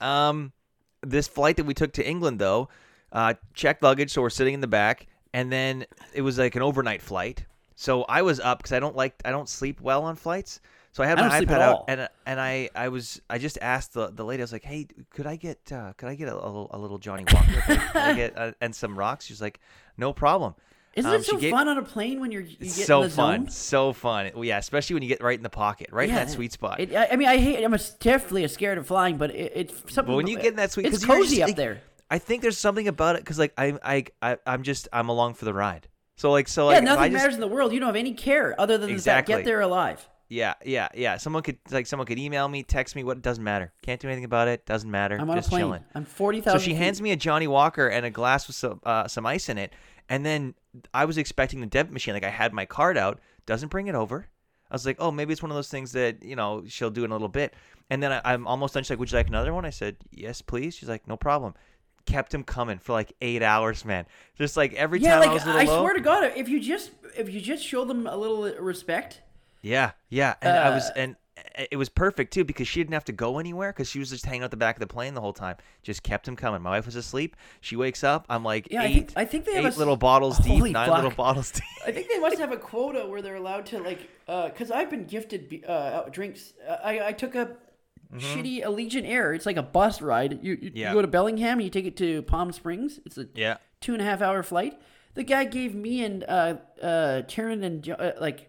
Speaker 1: Um, this flight that we took to England though, uh, checked luggage, so we're sitting in the back, and then it was like an overnight flight. So I was up because I don't like I don't sleep well on flights. So I had
Speaker 2: I
Speaker 1: my
Speaker 2: don't sleep
Speaker 1: iPad
Speaker 2: at
Speaker 1: out,
Speaker 2: all.
Speaker 1: and and I I was I just asked the, the lady I was like, hey, could I get uh, could I get a, a, little, a little Johnny Walker, please? Could I get uh, and some rocks? She's like, no problem.
Speaker 2: Isn't
Speaker 1: Um,
Speaker 2: it
Speaker 1: she
Speaker 2: so
Speaker 1: gave-
Speaker 2: fun on a plane when you're you get
Speaker 1: It's so
Speaker 2: in the
Speaker 1: fun,
Speaker 2: zone?
Speaker 1: so fun. Well, yeah, especially when you get right in the pocket, right in that sweet spot.
Speaker 2: It, I, I mean, I hate. I'm a, definitely scared of flying, but it, it's something.
Speaker 1: but when you get in that sweet,
Speaker 2: it's
Speaker 1: 'cause you're
Speaker 2: cozy
Speaker 1: just,
Speaker 2: up
Speaker 1: like-
Speaker 2: there.
Speaker 1: I think there's something about it because like I, I I I'm just I'm along for the ride. So like so
Speaker 2: Yeah,
Speaker 1: like if I
Speaker 2: nothing
Speaker 1: just,
Speaker 2: matters in the world. You don't have any care other than the fact
Speaker 1: Exactly.
Speaker 2: get there alive.
Speaker 1: Yeah, yeah, yeah. Someone could like someone could email me, text me. What doesn't matter. Can't do anything about it. Doesn't matter.
Speaker 2: I'm on
Speaker 1: just
Speaker 2: a plane.
Speaker 1: chilling.
Speaker 2: I'm forty
Speaker 1: So
Speaker 2: thousand.
Speaker 1: she hands me a Johnny Walker and a glass with some uh, some ice in it, and then I was expecting the debit machine. Like I had my card out, doesn't bring it over. I was like, oh, maybe it's one of those things that you know she'll do in a little bit. And then I, I'm almost done. She's like, would you like another one? I said, yes, please. She's like, no problem. Kept him coming for like eight hours, man. Just like every
Speaker 2: Yeah,
Speaker 1: time
Speaker 2: like
Speaker 1: I was a little
Speaker 2: I
Speaker 1: low.
Speaker 2: swear to God, if you just if you just show them a little respect,
Speaker 1: Yeah, yeah, and I
Speaker 2: Uh,
Speaker 1: was, and it was perfect too because she didn't have to go anywhere because she was just hanging out the back of the plane the whole time. Just kept him coming. My wife was asleep. She wakes up. I'm like
Speaker 2: Yeah, I
Speaker 1: eight.
Speaker 2: think- I think they
Speaker 1: eight
Speaker 2: have a s-
Speaker 1: little bottles deep,
Speaker 2: Holy
Speaker 1: nine
Speaker 2: fuck.
Speaker 1: little bottles deep.
Speaker 2: I think they must have a quota where they're allowed to like, because I've been gifted be- uh, out- drinks. Uh, I I took a shitty Allegiant Air. It's like a bus ride. You you,
Speaker 1: Mm-hmm. Yeah.
Speaker 2: you go to Bellingham and you take it to Palm Springs. It's a
Speaker 1: Yeah.
Speaker 2: two and a half hour flight. The guy gave me and uh uh Taryn and Jo- uh, like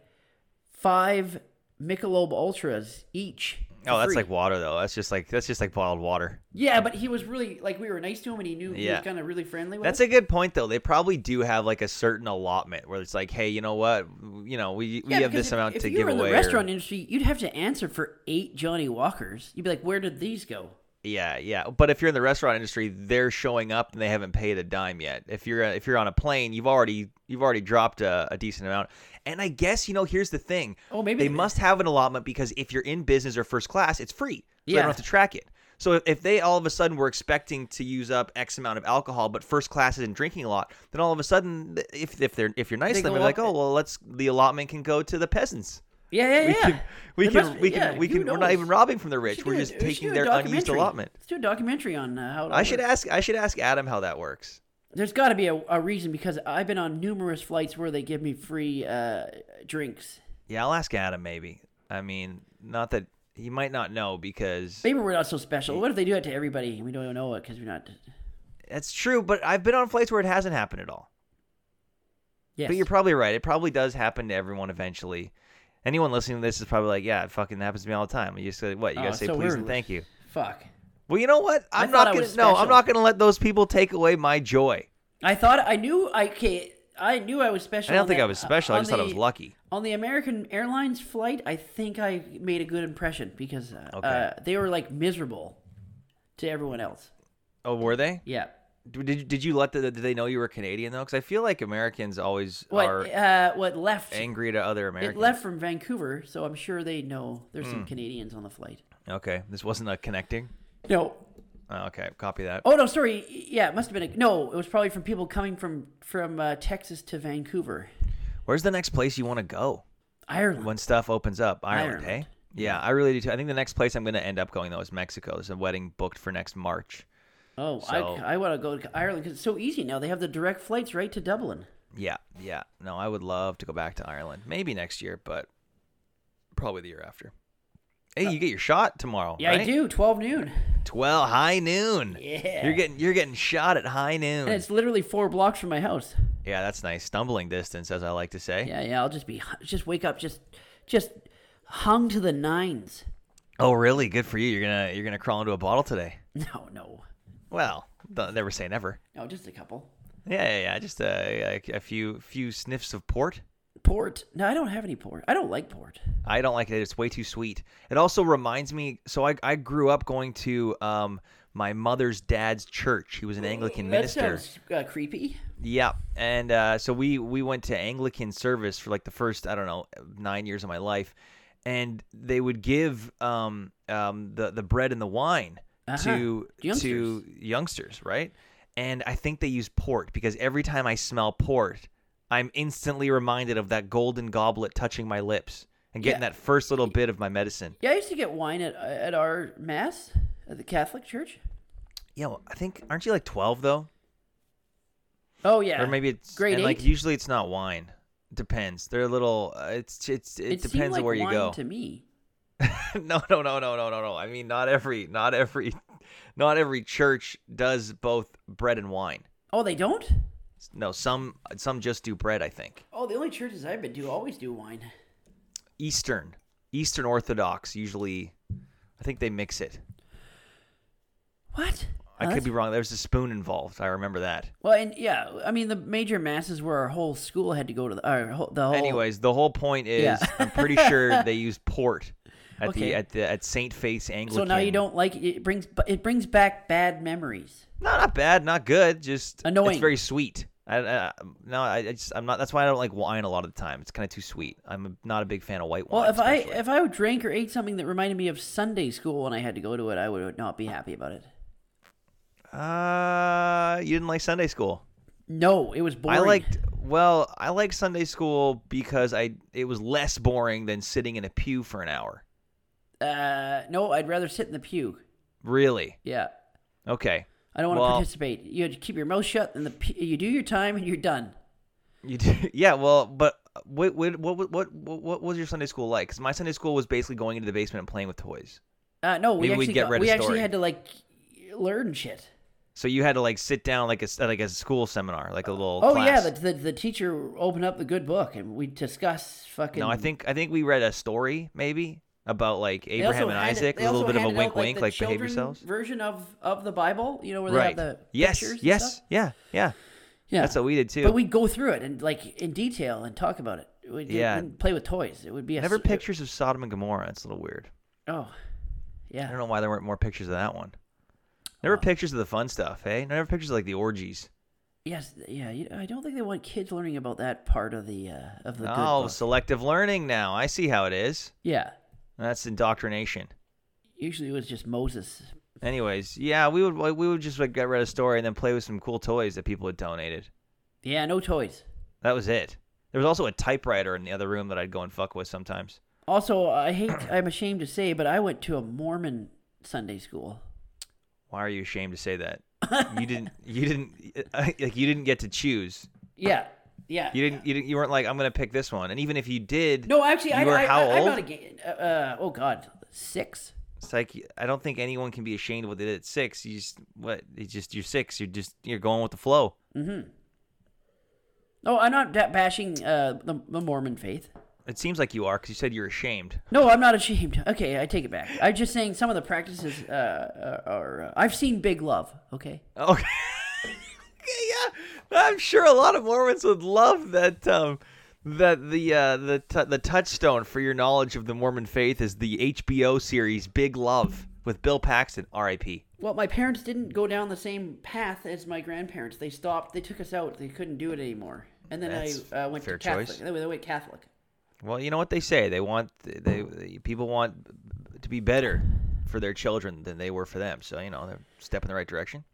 Speaker 2: five Michelob Ultras each. for
Speaker 1: Oh, that's
Speaker 2: free.
Speaker 1: like water though. That's just like that's just like bottled water.
Speaker 2: yeah, but he was really like we were nice to him and he knew he
Speaker 1: Yeah.
Speaker 2: was kind of really friendly with
Speaker 1: That's
Speaker 2: us.
Speaker 1: a good point though. They probably do have like a certain allotment where it's like, hey, you know what? You know, we we
Speaker 2: Yeah,
Speaker 1: have
Speaker 2: because
Speaker 1: this
Speaker 2: if-
Speaker 1: amount
Speaker 2: if
Speaker 1: to
Speaker 2: you
Speaker 1: give
Speaker 2: were in
Speaker 1: away.
Speaker 2: the
Speaker 1: or-
Speaker 2: restaurant industry, you'd have to answer for eight Johnny Walkers. You'd be like, "Where did these go?"
Speaker 1: Yeah, yeah. But if you're in the restaurant industry, they're showing up and they haven't paid a dime yet. If you're if you're on a plane, you've already you've already dropped a, a decent amount. And I guess you know here's the thing.
Speaker 2: Oh, maybe-
Speaker 1: they must have an allotment because if you're in business or first class, it's free. So they
Speaker 2: Yeah.
Speaker 1: don't have to track it. So if- if they all of a sudden were expecting to use up X amount of alcohol, but first class isn't drinking a lot, then all of a sudden, if if they're if you're nice,
Speaker 2: They
Speaker 1: to them
Speaker 2: go
Speaker 1: they're like,
Speaker 2: up-
Speaker 1: oh well, let's the allotment can go to the peasants.
Speaker 2: Yeah,
Speaker 1: We
Speaker 2: yeah, yeah.
Speaker 1: can, we
Speaker 2: There
Speaker 1: can,
Speaker 2: must be-
Speaker 1: we can,
Speaker 2: yeah,
Speaker 1: we
Speaker 2: who
Speaker 1: can. We're not
Speaker 2: knows?
Speaker 1: even robbing from the rich.
Speaker 2: Should
Speaker 1: We're
Speaker 2: do a-
Speaker 1: just
Speaker 2: should
Speaker 1: taking
Speaker 2: do a
Speaker 1: their unused
Speaker 2: documentary.
Speaker 1: allotment.
Speaker 2: Let's do a documentary on uh, how. It all
Speaker 1: I should
Speaker 2: works.
Speaker 1: ask. I should ask Adam how that works.
Speaker 2: There's got to be a, a reason because I've been on numerous flights where they give me free uh, drinks.
Speaker 1: Yeah, I'll ask Adam maybe. I mean, not that he might not know because
Speaker 2: Maybe we're not so special. What if they do that to everybody and we don't know it because we're not?
Speaker 1: that's true. But I've been on flights where it hasn't happened at all.
Speaker 2: Yes.
Speaker 1: But you're probably right. It probably does happen to everyone eventually. Anyone listening to this is probably like, yeah, it fucking happens to me all the time. You just say, what? You
Speaker 2: Oh,
Speaker 1: gotta say
Speaker 2: so
Speaker 1: please and
Speaker 2: rude.
Speaker 1: thank you.
Speaker 2: Fuck.
Speaker 1: Well, you know what?
Speaker 2: I
Speaker 1: I'm
Speaker 2: thought
Speaker 1: not
Speaker 2: I
Speaker 1: gonna.
Speaker 2: was
Speaker 1: No, I'm
Speaker 2: special.
Speaker 1: not gonna let those people take away my joy.
Speaker 2: I thought I knew. I okay, I knew I was special.
Speaker 1: I don't
Speaker 2: on
Speaker 1: think
Speaker 2: that-
Speaker 1: I was special. I
Speaker 2: uh, on
Speaker 1: just thought I
Speaker 2: the-
Speaker 1: was lucky.
Speaker 2: On the American Airlines flight, I think I made a good impression because uh,
Speaker 1: Okay.
Speaker 2: uh, they were like miserable to everyone else.
Speaker 1: Oh, were they?
Speaker 2: Yeah.
Speaker 1: D- Did, did you let the, did they know you were Canadian though? Because I feel like Americans always are
Speaker 2: What uh, what left?
Speaker 1: angry to other
Speaker 2: It
Speaker 1: Americans. Hmm.
Speaker 2: left from Vancouver, so I'm sure they know there's some Canadians on the flight.
Speaker 1: Okay, this wasn't a connecting.
Speaker 2: No.
Speaker 1: Oh, okay, copy that.
Speaker 2: Oh no, sorry. Yeah, it must have been a no. It was probably from people coming from from uh, Texas to Vancouver,
Speaker 1: Where's the next place you want to go
Speaker 2: Ireland.
Speaker 1: when stuff opens up? Ireland,
Speaker 2: Ireland.
Speaker 1: hey? Yeah, I really do too. I think the next place I'm going to end up going though is Mexico. There's a wedding booked for next March.
Speaker 2: oh,
Speaker 1: so-
Speaker 2: I, I want to go to Ireland because it's so easy now. They have the direct flights right to Dublin.
Speaker 1: Yeah, yeah. No, I would love to go back to Ireland. Maybe next year, but probably the year after. Hey, you get your shot tomorrow.
Speaker 2: Yeah,
Speaker 1: right?
Speaker 2: I do. Twelve noon.
Speaker 1: Twelve high noon.
Speaker 2: Yeah.
Speaker 1: You're getting you're getting shot at high noon.
Speaker 2: And it's literally four blocks from my house.
Speaker 1: Yeah, that's nice. Stumbling distance, as I like to say.
Speaker 2: Yeah, yeah. I'll just be just wake up just just hung to the nines.
Speaker 1: Oh, really? Good for you. You're gonna you're gonna crawl into a bottle today.
Speaker 2: No, no,
Speaker 1: Well, th- never say never.
Speaker 2: no. Just a couple.
Speaker 1: Yeah, yeah, yeah. Just a, a, a few few sniffs of port.
Speaker 2: Port. No, I don't have any port. I don't like port.
Speaker 1: I don't like it. It's way too sweet. It also reminds me. So I, I grew up going to um, my mother's dad's church. He was an Anglican
Speaker 2: That
Speaker 1: minister.
Speaker 2: sounds uh, creepy.
Speaker 1: Yeah, and uh, so we we went to Anglican service for like the first I don't know nine years of my life, and they would give um, um, the the bread and the wine to
Speaker 2: Youngsters.
Speaker 1: to Uh-huh. youngsters, right? And I think they use port because every time I smell port, I'm instantly reminded of that golden goblet touching my lips and getting
Speaker 2: Yeah.
Speaker 1: that first little bit of my medicine.
Speaker 2: Yeah, I used to get wine at uh, at our mass at the Catholic Church.
Speaker 1: Yeah, well, I think aren't you like twelve though,
Speaker 2: Oh yeah,
Speaker 1: or maybe it's
Speaker 2: grade
Speaker 1: and, like
Speaker 2: eight?
Speaker 1: usually it's not wine. Depends. They're a little. Uh, it's it's it,
Speaker 2: it seemed
Speaker 1: depends
Speaker 2: like
Speaker 1: on where you
Speaker 2: wine
Speaker 1: go.
Speaker 2: To me,
Speaker 1: no, no, no, no, no, no, no. I mean, not every, not every, not every church does both bread and wine.
Speaker 2: oh they don't.
Speaker 1: No, some some just do bread. I think
Speaker 2: Oh, the only churches I've been to always do wine.
Speaker 1: Eastern Eastern Orthodox usually. I think they mix it.
Speaker 2: What?
Speaker 1: I
Speaker 2: Huh?
Speaker 1: could be wrong. There's a spoon involved. I remember that.
Speaker 2: Well, and yeah, I mean the major masses where our whole school had to go to the, our whole, the whole.
Speaker 1: Anyways, the whole point is,
Speaker 2: Oh. Yeah.
Speaker 1: I'm pretty sure they use port at
Speaker 2: Okay.
Speaker 1: the at the at Saint Faith's Anglican.
Speaker 2: so now you don't like it brings it brings back bad memories.
Speaker 1: No, not bad, not good. Just It's
Speaker 2: Annoying.
Speaker 1: very sweet. I, I no, I, I just I'm not. That's why I don't like wine a lot of the time. It's kind of too sweet. I'm a- not a big fan of white wine.
Speaker 2: Well, if
Speaker 1: especially.
Speaker 2: I if I drank or ate something that reminded me of Sunday school and I had to go to it, I would not be happy about it.
Speaker 1: Uh, you didn't like Sunday school.
Speaker 2: No, it was boring.
Speaker 1: I liked. Well, I liked Sunday school because I it was less boring than sitting in a pew for an hour.
Speaker 2: Uh, no, I'd rather sit in the pew.
Speaker 1: Really?
Speaker 2: Yeah,
Speaker 1: Okay.
Speaker 2: I don't want
Speaker 1: Well-
Speaker 2: to participate. You had to keep your mouth shut, and the pe- you do your time, and you're done.
Speaker 1: You do, yeah. Well, but what what what what what, what was your Sunday school like? Because my Sunday school was basically going into the basement and playing with toys.
Speaker 2: Uh, no, we
Speaker 1: Maybe we'd
Speaker 2: actually
Speaker 1: get
Speaker 2: got-
Speaker 1: rid of
Speaker 2: we
Speaker 1: story.
Speaker 2: actually had to like learn shit.
Speaker 1: So you had to like sit down like a s- like a school seminar, like a little.
Speaker 2: Oh
Speaker 1: class.
Speaker 2: yeah, the, the the teacher opened up the good book, and we discuss fucking.
Speaker 1: No, I think I think we read a story maybe about like
Speaker 2: They also
Speaker 1: Abraham and
Speaker 2: handed-
Speaker 1: Isaac,
Speaker 2: they
Speaker 1: a little
Speaker 2: also
Speaker 1: bit of a
Speaker 2: handed
Speaker 1: wink,
Speaker 2: out,
Speaker 1: wink,
Speaker 2: the
Speaker 1: like behave
Speaker 2: children
Speaker 1: yourselves.
Speaker 2: Version of of the Bible, you know where
Speaker 1: Right.
Speaker 2: they have the
Speaker 1: yes.
Speaker 2: pictures and
Speaker 1: Yes.
Speaker 2: stuff?
Speaker 1: Yeah. Yeah.
Speaker 2: yeah.
Speaker 1: That's what we did too.
Speaker 2: But we go through it and like in detail and talk about it. We did-
Speaker 1: Yeah.
Speaker 2: wouldn't play with toys. It would be a
Speaker 1: Never
Speaker 2: s-
Speaker 1: pictures of Sodom and Gomorrah. It's a little weird.
Speaker 2: oh,
Speaker 1: I
Speaker 2: yeah.
Speaker 1: don't know why there weren't more pictures of that one. Never pictures of the fun stuff, hey? Never pictures of, like the orgies.
Speaker 2: Yes, yeah. You, I don't think they want kids learning about that part of the uh, of the.
Speaker 1: Oh,
Speaker 2: good book.
Speaker 1: selective learning now. I see how it is.
Speaker 2: yeah.
Speaker 1: That's indoctrination.
Speaker 2: Usually it was just Moses.
Speaker 1: Anyways, yeah, we would we would just like get read a story and then play with some cool toys that people had donated.
Speaker 2: Yeah, no toys.
Speaker 1: That was it. There was also a typewriter in the other room that I'd go and fuck with sometimes.
Speaker 2: Also, I hate. I'm ashamed to say, but I went to a Mormon Sunday school.
Speaker 1: Why are you ashamed to say that? You didn't. You didn't. Like you didn't get to choose.
Speaker 2: Yeah, yeah.
Speaker 1: You didn't. You didn't. You weren't like I'm gonna pick this one. And even if you did,
Speaker 2: No, actually, I,
Speaker 1: You were
Speaker 2: I,
Speaker 1: how
Speaker 2: I, I'm
Speaker 1: old?
Speaker 2: not a gay. Uh, uh, oh God, six.
Speaker 1: it's like I don't think anyone can be ashamed of what they did at six. You just what? It's just you're six. You're just you're going with the flow.
Speaker 2: No, I'm not da- bashing uh, the, the Mormon faith.
Speaker 1: It seems like you are because you said you're ashamed.
Speaker 2: No, I'm not ashamed. Okay, I take it back. I'm just saying some of the practices uh, are. are uh, I've seen Big Love. Okay.
Speaker 1: Okay. okay, yeah. I'm sure a lot of Mormons would love that. Um, that the uh, the t- the touchstone for your knowledge of the Mormon faith is the HBO series Big Love with Bill Paxton, R.I.P.
Speaker 2: Well, my parents didn't go down the same path as my grandparents. They stopped. They took us out. They couldn't do it anymore. And then
Speaker 1: That's
Speaker 2: I uh, went
Speaker 1: fair
Speaker 2: to Catholic.
Speaker 1: choice.
Speaker 2: They went- they went Catholic.
Speaker 1: Well, you know what they say. They want they, they people want to be better for their children than they were for them. So you know they're stepping in the right direction.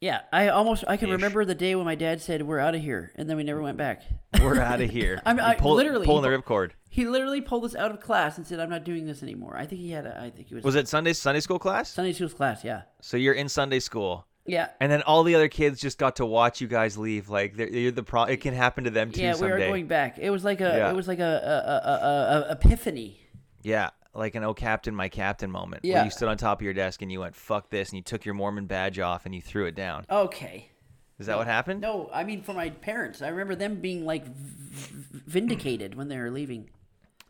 Speaker 2: Yeah, I almost I can
Speaker 1: Ish.
Speaker 2: remember the day when my dad said we're out of here, and then we never went back.
Speaker 1: We're out of here.
Speaker 2: I'm-
Speaker 1: You
Speaker 2: I- literally-
Speaker 1: pulling the ripcord.
Speaker 2: He literally pulled us out of class and said, "I'm not doing this anymore." I think he had a. I think he was,
Speaker 1: Was it Sunday Sunday school class?
Speaker 2: Sunday school's class. Yeah,
Speaker 1: So you're in Sunday school.
Speaker 2: yeah,
Speaker 1: And then all the other kids just got to watch you guys leave. Like they're, you're the pro. It can happen to them too
Speaker 2: yeah. We
Speaker 1: someday.
Speaker 2: were going back. It was like a.
Speaker 1: Yeah.
Speaker 2: It was like a a, a, a, a epiphany.
Speaker 1: yeah, like an "Oh Captain, my Captain" moment.
Speaker 2: Yeah.
Speaker 1: Where you stood on top of your desk and you went "fuck this" and you took your Mormon badge off and you threw it down.
Speaker 2: Okay.
Speaker 1: Is that what happened?
Speaker 2: No, I mean for my parents. I remember them being like v- v- vindicated when they were leaving.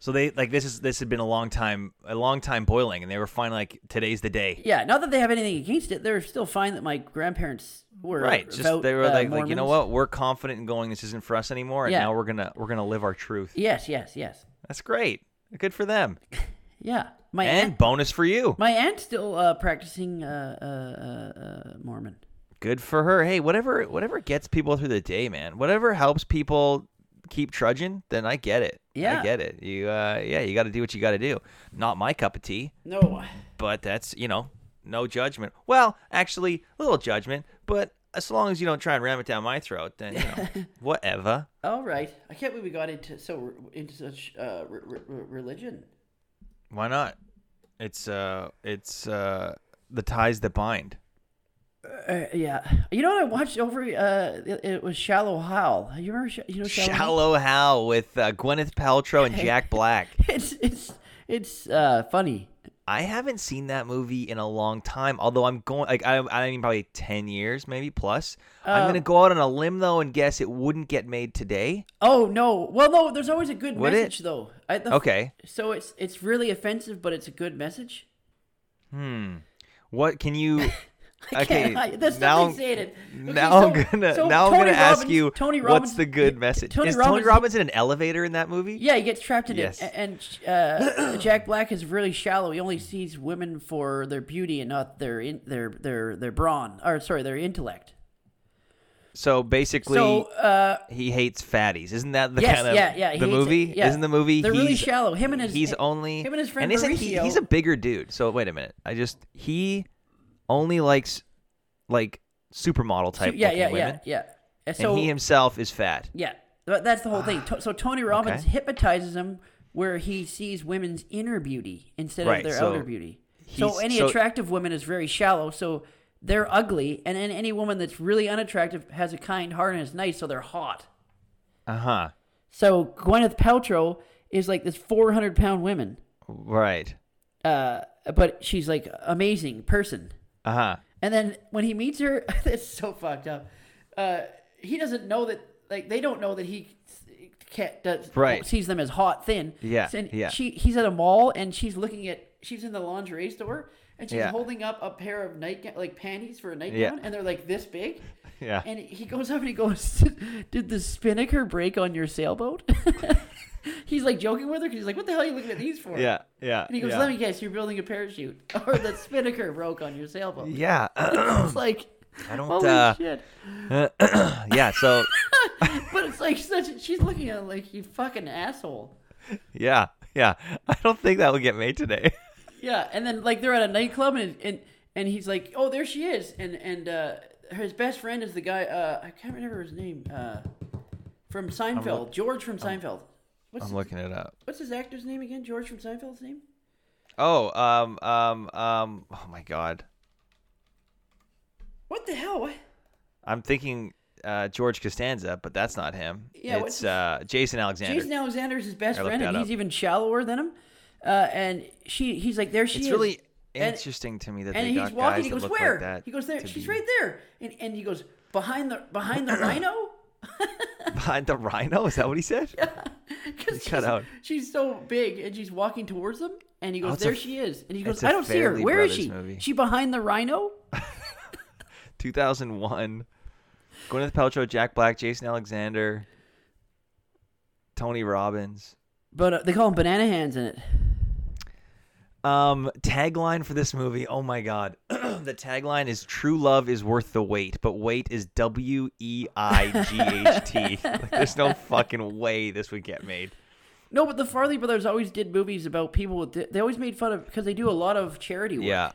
Speaker 1: So they like this is this had been a long time a long time boiling, and they were finally like today's the day.
Speaker 2: Yeah, not that they have anything against it. They're still fine that my grandparents were
Speaker 1: Right, just
Speaker 2: devout,
Speaker 1: they were
Speaker 2: uh,
Speaker 1: like, like you know
Speaker 2: Mormons.
Speaker 1: what, we're confident in going. This isn't for us anymore, and
Speaker 2: Yeah.
Speaker 1: now we're gonna we're gonna live our truth.
Speaker 2: Yes, yes, yes.
Speaker 1: That's great, good for them,
Speaker 2: Yeah, my
Speaker 1: and
Speaker 2: aunt,
Speaker 1: bonus for you,
Speaker 2: my aunt's still uh, practicing uh, uh, uh, uh, Mormon.
Speaker 1: good for her. Hey, whatever whatever gets people through the day, man. Whatever helps people keep trudging, then I get it.
Speaker 2: Yeah.
Speaker 1: I get it. You uh, yeah, you got to do what you got to do. Not my cup of tea.
Speaker 2: No,
Speaker 1: but that's you know no judgment well actually a little judgment but as long as you don't try and ram it down my throat then you know whatever
Speaker 2: all right. I can't believe we got into so into such uh, re- re- re- religion.
Speaker 1: why not it's uh it's uh the ties that bind
Speaker 2: Uh, yeah, you know what I watched over? Uh, it, it was Shallow Hal. You remember? Sh- you know Shallow. Hal?
Speaker 1: shallow how with uh, gwyneth paltrow and jack black
Speaker 2: It's it's it's uh, funny.
Speaker 1: i haven't seen that movie in a long time although i'm going like i, I mean probably 10 years maybe plus i'm gonna go out on a limb though and guess it wouldn't get made today
Speaker 2: Oh no! Well, no. There's always a good
Speaker 1: Would it?
Speaker 2: message, though. I, the,
Speaker 1: okay
Speaker 2: So it's it's really offensive, but it's a good message.
Speaker 1: what can you
Speaker 2: I
Speaker 1: Okay,
Speaker 2: can't- I- that's
Speaker 1: now-
Speaker 2: not saying it. Okay,
Speaker 1: now
Speaker 2: so-
Speaker 1: I'm gonna
Speaker 2: so
Speaker 1: now I'm
Speaker 2: Tony
Speaker 1: gonna ask
Speaker 2: Robbins-
Speaker 1: you
Speaker 2: Tony Robbins,
Speaker 1: what's the good message?
Speaker 2: Tony
Speaker 1: is Tony
Speaker 2: Robbins-
Speaker 1: Robbins in an elevator in that movie?
Speaker 2: Yeah, he gets trapped in
Speaker 1: Yes.
Speaker 2: it, a- and uh, Jack Black is really shallow. He only sees women for their beauty and not their in, their their their brawn, or sorry, their intellect.
Speaker 1: So basically,
Speaker 2: So uh,
Speaker 1: he hates fatties. Isn't that the
Speaker 2: yes,
Speaker 1: kind of
Speaker 2: yeah, yeah, he
Speaker 1: the
Speaker 2: hates
Speaker 1: movie?
Speaker 2: it, yeah.
Speaker 1: Isn't the movie?
Speaker 2: They're really
Speaker 1: he's-
Speaker 2: shallow. Him and his
Speaker 1: He's only
Speaker 2: him and his friend
Speaker 1: and isn't he?
Speaker 2: Mauricio-
Speaker 1: He's a bigger dude. So wait a minute. I just he only likes like supermodel type
Speaker 2: yeah
Speaker 1: looking
Speaker 2: yeah yeah
Speaker 1: women,
Speaker 2: yeah. And
Speaker 1: and
Speaker 2: So
Speaker 1: he himself is fat.
Speaker 2: yeah, but that's the whole thing. To- So Tony Robbins
Speaker 1: Ah, Okay.
Speaker 2: hypnotizes him where he sees women's inner beauty instead
Speaker 1: Right,
Speaker 2: of their
Speaker 1: so
Speaker 2: outer beauty. So
Speaker 1: he's-
Speaker 2: any
Speaker 1: so-
Speaker 2: attractive woman is very shallow. So they're ugly, and then any woman that's really unattractive has a kind heart and is nice, so they're hot.
Speaker 1: Uh huh.
Speaker 2: So Gwyneth Paltrow is like this 400 pound woman,
Speaker 1: Right.
Speaker 2: uh, but she's like amazing person.
Speaker 1: Uh huh.
Speaker 2: And then when he meets her, that's so fucked up. Uh, he doesn't know that, like they don't know that he can't does,
Speaker 1: Right.
Speaker 2: sees them as hot thin.
Speaker 1: Yeah,
Speaker 2: And
Speaker 1: yeah.
Speaker 2: She he's at a mall and she's looking at she's in the lingerie store and she's
Speaker 1: Yeah.
Speaker 2: holding up a pair of nightgown like panties for a nightgown
Speaker 1: Yeah.
Speaker 2: and they're like this big.
Speaker 1: Yeah.
Speaker 2: And he goes up and he goes, "Did the spinnaker break on your sailboat?" he's like joking with her because he's like, "What the hell are you looking at these for?"
Speaker 1: Yeah. Yeah.
Speaker 2: And he goes,
Speaker 1: yeah.
Speaker 2: "Let me guess, you're building a parachute, or the spinnaker broke on your sailboat."
Speaker 1: Yeah.
Speaker 2: It's like
Speaker 1: I don't.
Speaker 2: holy
Speaker 1: uh,
Speaker 2: shit.
Speaker 1: yeah. So
Speaker 2: But it's like such. She's looking at it like you fucking asshole.
Speaker 1: Yeah, yeah. I don't think that will get made today.
Speaker 2: Yeah, and then like they're at a nightclub and and and he's like, oh, there she is, and and uh, his best friend is the guy. Uh, I can't remember his name. Uh, from Seinfeld, George from Seinfeld. What's
Speaker 1: I'm
Speaker 2: his,
Speaker 1: looking it up.
Speaker 2: what's his actor's name again? George from Seinfeld's name?
Speaker 1: Oh, um, um, um. Oh my God,
Speaker 2: What the hell? What?
Speaker 1: I'm thinking uh, George Costanza, but that's not him.
Speaker 2: Yeah, what's
Speaker 1: it's
Speaker 2: his-
Speaker 1: uh, Jason Alexander.
Speaker 2: Jason Alexander's his best
Speaker 1: I looked
Speaker 2: friend, and
Speaker 1: that
Speaker 2: he's
Speaker 1: up.
Speaker 2: even shallower than him. Uh, and she, he's like, there she
Speaker 1: it's
Speaker 2: is.
Speaker 1: really
Speaker 2: And-
Speaker 1: interesting to me that they
Speaker 2: and
Speaker 1: got
Speaker 2: he's walking.
Speaker 1: guys
Speaker 2: He
Speaker 1: that
Speaker 2: goes,
Speaker 1: look
Speaker 2: "Where?"
Speaker 1: like that.
Speaker 2: he goes, "There.
Speaker 1: to
Speaker 2: She's
Speaker 1: be
Speaker 2: right there." And and he goes, "Behind the behind the rhino."
Speaker 1: behind the rhino. Is that what he said?
Speaker 2: Because
Speaker 1: cut out. Oh,
Speaker 2: she's so big, and she's walking towards him, and he goes,
Speaker 1: it's a
Speaker 2: "There
Speaker 1: f-
Speaker 2: she is," and he goes,
Speaker 1: it's a
Speaker 2: "I don't see her.
Speaker 1: Fairly
Speaker 2: Where is
Speaker 1: Brothers
Speaker 2: she?
Speaker 1: movie.
Speaker 2: She behind the rhino?"
Speaker 1: 2001. Gwyneth Paltrow, Jack Black, Jason Alexander, Tony Robbins.
Speaker 2: But uh, they call him banana hands in it.
Speaker 1: Um, tagline for this movie. Oh my god, the tagline is "True love is worth the wait," but wait is W E I G H T. Like, There's no fucking way this would get made.
Speaker 2: No, but the Farley brothers always did movies about people with. They always made fun of because they do a lot of charity work.
Speaker 1: Yeah.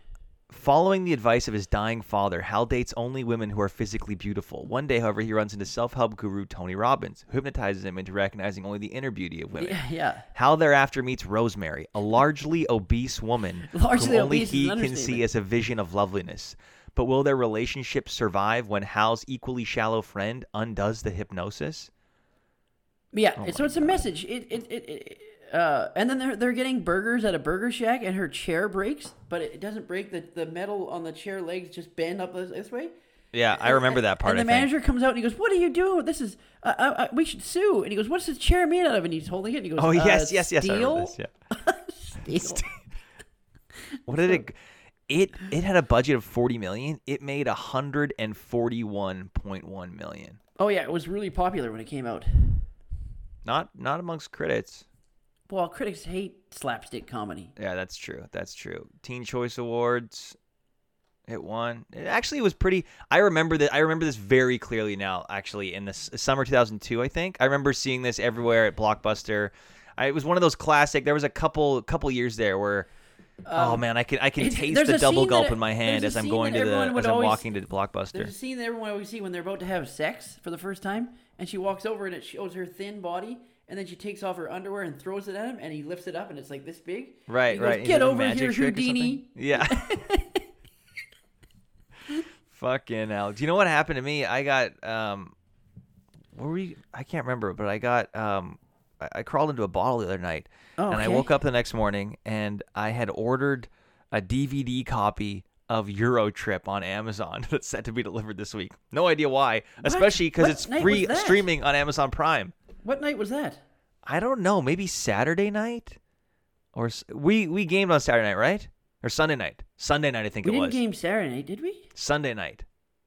Speaker 1: Following the advice of his dying father, Hal dates only women who are physically beautiful. One day, however, he runs into self-help guru Tony Robbins, who hypnotizes him into recognizing only the inner beauty of women.
Speaker 2: yeah, yeah.
Speaker 1: Hal thereafter meets Rosemary, a largely obese woman
Speaker 2: Largely
Speaker 1: whom only
Speaker 2: obese is
Speaker 1: he
Speaker 2: an
Speaker 1: can see
Speaker 2: understatement.
Speaker 1: as a vision of loveliness. But will their relationship survive when Hal's equally shallow friend undoes the hypnosis?
Speaker 2: But yeah.
Speaker 1: Oh
Speaker 2: so it's a message. It it it. it uh, and then they're they're getting burgers at a burger shack, and her chair breaks, but it doesn't break. the The metal on the chair legs just bend up this, this way.
Speaker 1: Yeah, I remember that part.
Speaker 2: And the
Speaker 1: I think.
Speaker 2: manager comes out and he goes, "What are you doing? This is uh, uh, uh, we should sue." And he goes, "What's this chair made out of?" And he's holding it. And he goes,
Speaker 1: oh yes,
Speaker 2: uh,
Speaker 1: yes, yes. I
Speaker 2: Steel?
Speaker 1: remember this. Yeah.
Speaker 2: Steel.
Speaker 1: What did it? It it had a budget of forty million. It made hundred and forty one point one million.
Speaker 2: Oh yeah, it was really popular when it came out.
Speaker 1: Not not amongst critics.
Speaker 2: Well, critics hate slapstick comedy.
Speaker 1: Yeah, that's true. That's true. Teen Choice Awards. It won. It actually was pretty. I remember that. I remember this very clearly now. Actually, in the s- summer 2002, I think I remember seeing this everywhere at Blockbuster. I, it was one of those classic. There was a couple couple years there where. oh man, I can I can
Speaker 2: it's-
Speaker 1: taste
Speaker 2: Um, there's
Speaker 1: the
Speaker 2: a
Speaker 1: double
Speaker 2: scene that
Speaker 1: gulp
Speaker 2: e-
Speaker 1: in my hand
Speaker 2: there's
Speaker 1: as
Speaker 2: a
Speaker 1: I'm
Speaker 2: scene
Speaker 1: going
Speaker 2: that
Speaker 1: to the
Speaker 2: everyone would
Speaker 1: as I'm
Speaker 2: always-
Speaker 1: walking to the
Speaker 2: There's a
Speaker 1: Blockbuster.
Speaker 2: scene that everyone always see when they're about to have sex for the first time, and she walks over and it shows her thin body, and then she takes off her underwear and throws it at him, and he lifts it up, and it's like this big.
Speaker 1: Right,
Speaker 2: He goes,
Speaker 1: right. Is
Speaker 2: Get
Speaker 1: it a
Speaker 2: over
Speaker 1: magic
Speaker 2: here,
Speaker 1: trick or something?"
Speaker 2: Houdini.
Speaker 1: Yeah. Fucking hell. Do you know what happened to me? I got um what were we I can't remember, but I got um I, I crawled into a bottle the other night
Speaker 2: Oh,
Speaker 1: and I
Speaker 2: okay.
Speaker 1: woke up the next morning and I had ordered a DVD copy of Eurotrip on Amazon that's set to be delivered this week. No idea why, especially because
Speaker 2: What
Speaker 1: it's
Speaker 2: night was
Speaker 1: free
Speaker 2: that?
Speaker 1: streaming on Amazon Prime.
Speaker 2: What night was that?
Speaker 1: I don't know, maybe Saturday night, or s- we we gamed on Saturday night, right? Or Sunday night? Sunday night, I think
Speaker 2: We
Speaker 1: it
Speaker 2: didn't
Speaker 1: was.
Speaker 2: game Saturday night, did we?
Speaker 1: Sunday night.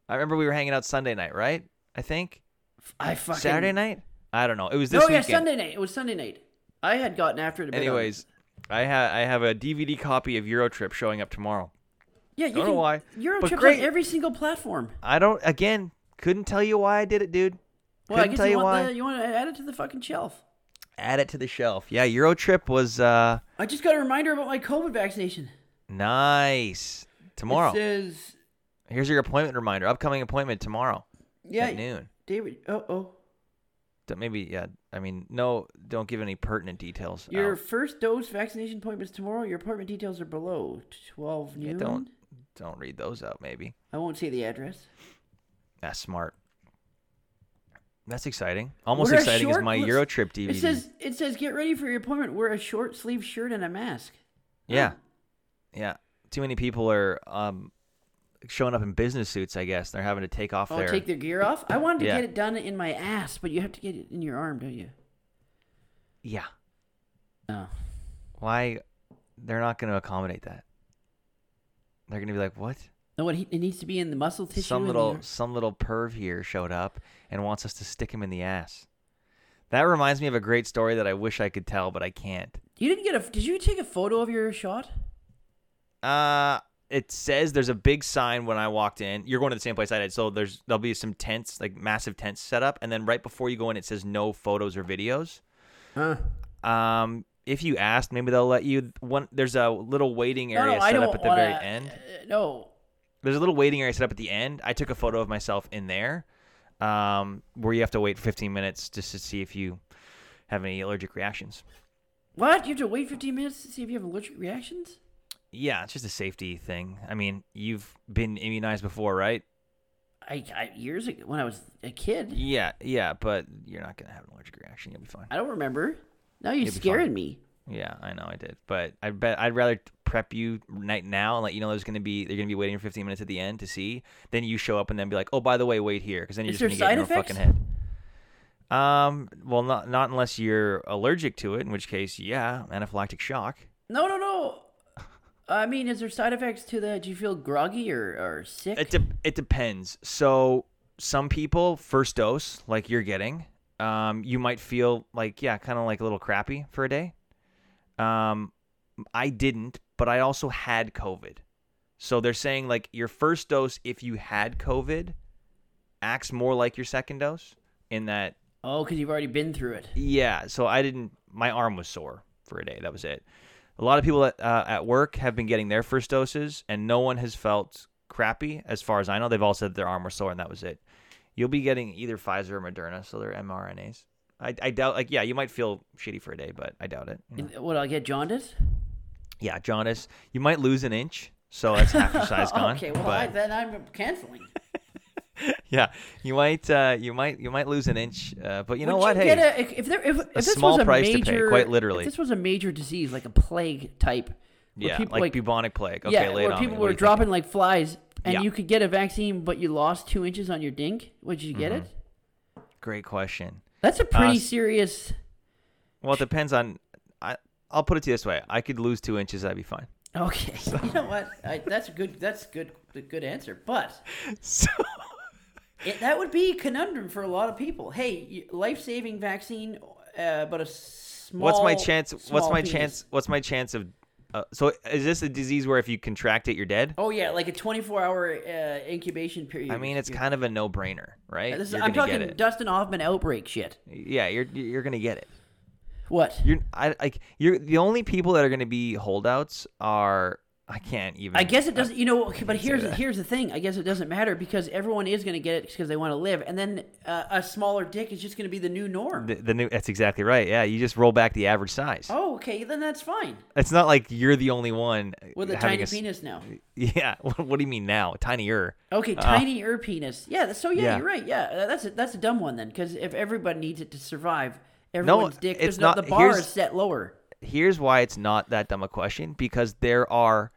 Speaker 1: I remember we were hanging out Sunday night, right? I think
Speaker 2: F- I fucking
Speaker 1: Saturday night. I don't know. It was
Speaker 2: No,
Speaker 1: this
Speaker 2: yeah,
Speaker 1: weekend.
Speaker 2: Sunday night. It was Sunday night. I had gotten after it. A bit on it.
Speaker 1: Anyways, I have I have a DVD copy of Eurotrip showing up tomorrow.
Speaker 2: yeah, you
Speaker 1: don't know
Speaker 2: can-
Speaker 1: why,
Speaker 2: Euro
Speaker 1: but
Speaker 2: trips
Speaker 1: great.
Speaker 2: on every single platform.
Speaker 1: I don't. Again, couldn't tell you why I did it, dude.
Speaker 2: Well, I
Speaker 1: couldn't
Speaker 2: guess
Speaker 1: tell
Speaker 2: you,
Speaker 1: you
Speaker 2: want
Speaker 1: why.
Speaker 2: The, you want to add it to the fucking shelf.
Speaker 1: Add it to the shelf. Yeah, Eurotrip was uh
Speaker 2: I just got a reminder about my COVID vaccination.
Speaker 1: nice. Tomorrow.
Speaker 2: It says,
Speaker 1: Here's your appointment reminder. Upcoming appointment tomorrow
Speaker 2: uh, yeah,
Speaker 1: at noon.
Speaker 2: David. Oh, oh,
Speaker 1: Don't- maybe yeah i mean no don't give any pertinent details
Speaker 2: your
Speaker 1: out.
Speaker 2: first dose vaccination appointment is tomorrow. Your appointment details are below twelve noon.
Speaker 1: Yeah, don't don't read those out maybe
Speaker 2: I won't say the address.
Speaker 1: that's smart that's exciting almost
Speaker 2: Wear a
Speaker 1: exciting as
Speaker 2: short-
Speaker 1: my
Speaker 2: look-
Speaker 1: euro trip dvd
Speaker 2: It says uh, it says get ready for your appointment. Wear a short sleeve shirt and a mask.
Speaker 1: yeah yeah too many people are um showing up in business suits i guess they're having to take off
Speaker 2: Oh,
Speaker 1: their
Speaker 2: take their gear off. I wanted to
Speaker 1: Yeah.
Speaker 2: get it done in my ass, but you have to get it in your arm, don't you?
Speaker 1: yeah
Speaker 2: No.
Speaker 1: why they're not going to accommodate that they're going to be like what
Speaker 2: No, it, it needs to be in the muscle tissue.
Speaker 1: some
Speaker 2: and
Speaker 1: little
Speaker 2: your-
Speaker 1: some little perv here showed up and wants us to stick him in the ass. That reminds me of a great story that I wish I could tell, but I can't.
Speaker 2: You didn't get a. Did you take a photo of your shot?
Speaker 1: Uh it says there's a big sign when I walked in. You're going to the same place I did, so there's there'll be some tents, like massive tents set up, and then right before you go in, it says no photos or videos.
Speaker 2: Huh.
Speaker 1: Um, if you asked, maybe they'll let you. One there's a little waiting area set up at the very end.
Speaker 2: uh, no.
Speaker 1: there's a little waiting area set up at the end. I took a photo of myself in there, um, where you have to wait 15 minutes just to see if you have any allergic reactions.
Speaker 2: What? You have to wait 15 minutes to see if you have allergic reactions?
Speaker 1: Yeah, it's just a safety thing. I mean, you've been immunized before, right?
Speaker 2: I, I years ago when I was a kid.
Speaker 1: Yeah, yeah, but you're not gonna have an allergic reaction. You'll be fine.
Speaker 2: I don't remember. Now you're
Speaker 1: You'll be
Speaker 2: scaring
Speaker 1: fine.
Speaker 2: me.
Speaker 1: Yeah, I know I did, but I bet I'd rather prep you right now and let you know there's gonna be they're gonna be waiting for 15 minutes at the end to see. Then you show up and then be like, oh, by the way, wait here, because then you're
Speaker 2: Is
Speaker 1: just
Speaker 2: there
Speaker 1: gonna get in your fucking
Speaker 2: side
Speaker 1: head. Um, well, not not unless you're allergic to it, in which case, yeah, anaphylactic shock.
Speaker 2: No, no, no. I mean, is there side effects to the? Do you feel groggy or, or sick?
Speaker 1: It de- it depends. So some people first dose, like you're getting, um, you might feel like yeah, kind of like a little crappy for a day. Um, I didn't, but I also had COVID. So they're saying like your first dose, if you had COVID, acts more like your second dose in that
Speaker 2: oh, because you've already been through it.
Speaker 1: yeah, so I didn't. My arm was sore for a day. That was it. A lot of people at, uh, at work have been getting their first doses, and no one has felt crappy, as far as I know. They've all said their arm was sore, and that was it. You'll be getting either Pfizer or Moderna, so they're mRNAs. I, I doubt, like, yeah, you might feel shitty for a day, but I doubt it. you know?
Speaker 2: And What? I'll get jaundice.
Speaker 1: Yeah, jaundice. You might lose an inch, so that's half your size gone.
Speaker 2: okay, well
Speaker 1: but-
Speaker 2: I, then I'm canceling.
Speaker 1: yeah, you might, uh, you might, you might lose an inch, uh, but you know
Speaker 2: Would
Speaker 1: what?
Speaker 2: You
Speaker 1: hey,
Speaker 2: get a, if- if there, if, if this
Speaker 1: small
Speaker 2: was a
Speaker 1: price to pay,
Speaker 2: major,
Speaker 1: quite literally.
Speaker 2: If this was a major disease like a plague type. where
Speaker 1: yeah,
Speaker 2: people,
Speaker 1: like, bubonic plague. Okay,
Speaker 2: yeah,
Speaker 1: lay it
Speaker 2: where
Speaker 1: on me.
Speaker 2: people
Speaker 1: What do
Speaker 2: were
Speaker 1: you think?
Speaker 2: dropping like flies, and
Speaker 1: Yeah.
Speaker 2: you could get a vaccine, but you lost two inches on your dink. Would you get it?
Speaker 1: Great question.
Speaker 2: That's a pretty
Speaker 1: Mm-hmm. Uh, s-
Speaker 2: serious.
Speaker 1: Well, it depends on. I I'll put it to you this way: I could lose two inches, I'd be fine.
Speaker 2: Okay, you know what? I, that's a good. That's good. A good answer, but
Speaker 1: So
Speaker 2: it, that would be a conundrum for a lot of people. Hey, you- life-saving vaccine, uh, but a small.
Speaker 1: what's my chance? What's
Speaker 2: small
Speaker 1: my
Speaker 2: penis.
Speaker 1: chance? What's my chance of? Uh, so is this a disease where if you contract it, you're dead?
Speaker 2: Oh yeah, like a twenty-four hour uh, incubation period.
Speaker 1: I mean, it's
Speaker 2: Yeah,
Speaker 1: kind of a no-brainer, right?
Speaker 2: this is-
Speaker 1: you're
Speaker 2: I'm
Speaker 1: gonna get
Speaker 2: talking
Speaker 1: it.
Speaker 2: Dustin Hoffman outbreak shit.
Speaker 1: Yeah, you're you're gonna get it.
Speaker 2: What?
Speaker 1: You're I like you're the only people that are gonna be holdouts are I can't even.
Speaker 2: I guess it doesn't. You know, but here's
Speaker 1: that.
Speaker 2: here's the thing. I guess it doesn't matter because everyone is going to get it because they want to live, and then uh, a smaller dick is just going to be the new norm.
Speaker 1: The, the new that's exactly right. Yeah, you just roll back the average size.
Speaker 2: oh, okay, then that's fine
Speaker 1: It's not like you're the only one
Speaker 2: with a
Speaker 1: having
Speaker 2: tiny
Speaker 1: s-
Speaker 2: penis now.
Speaker 1: Yeah. What, what do you mean now? Tinier.
Speaker 2: Okay, tiny er penis. Yeah. So yeah,
Speaker 1: Uh-huh. Yeah.
Speaker 2: you're right. Yeah, uh, that's a, that's a dumb one then because if everybody needs it to survive, everyone's dick.
Speaker 1: it's
Speaker 2: There's no,
Speaker 1: not-
Speaker 2: the bar
Speaker 1: here's-
Speaker 2: is set lower.
Speaker 1: here's why it's not that dumb a question because there are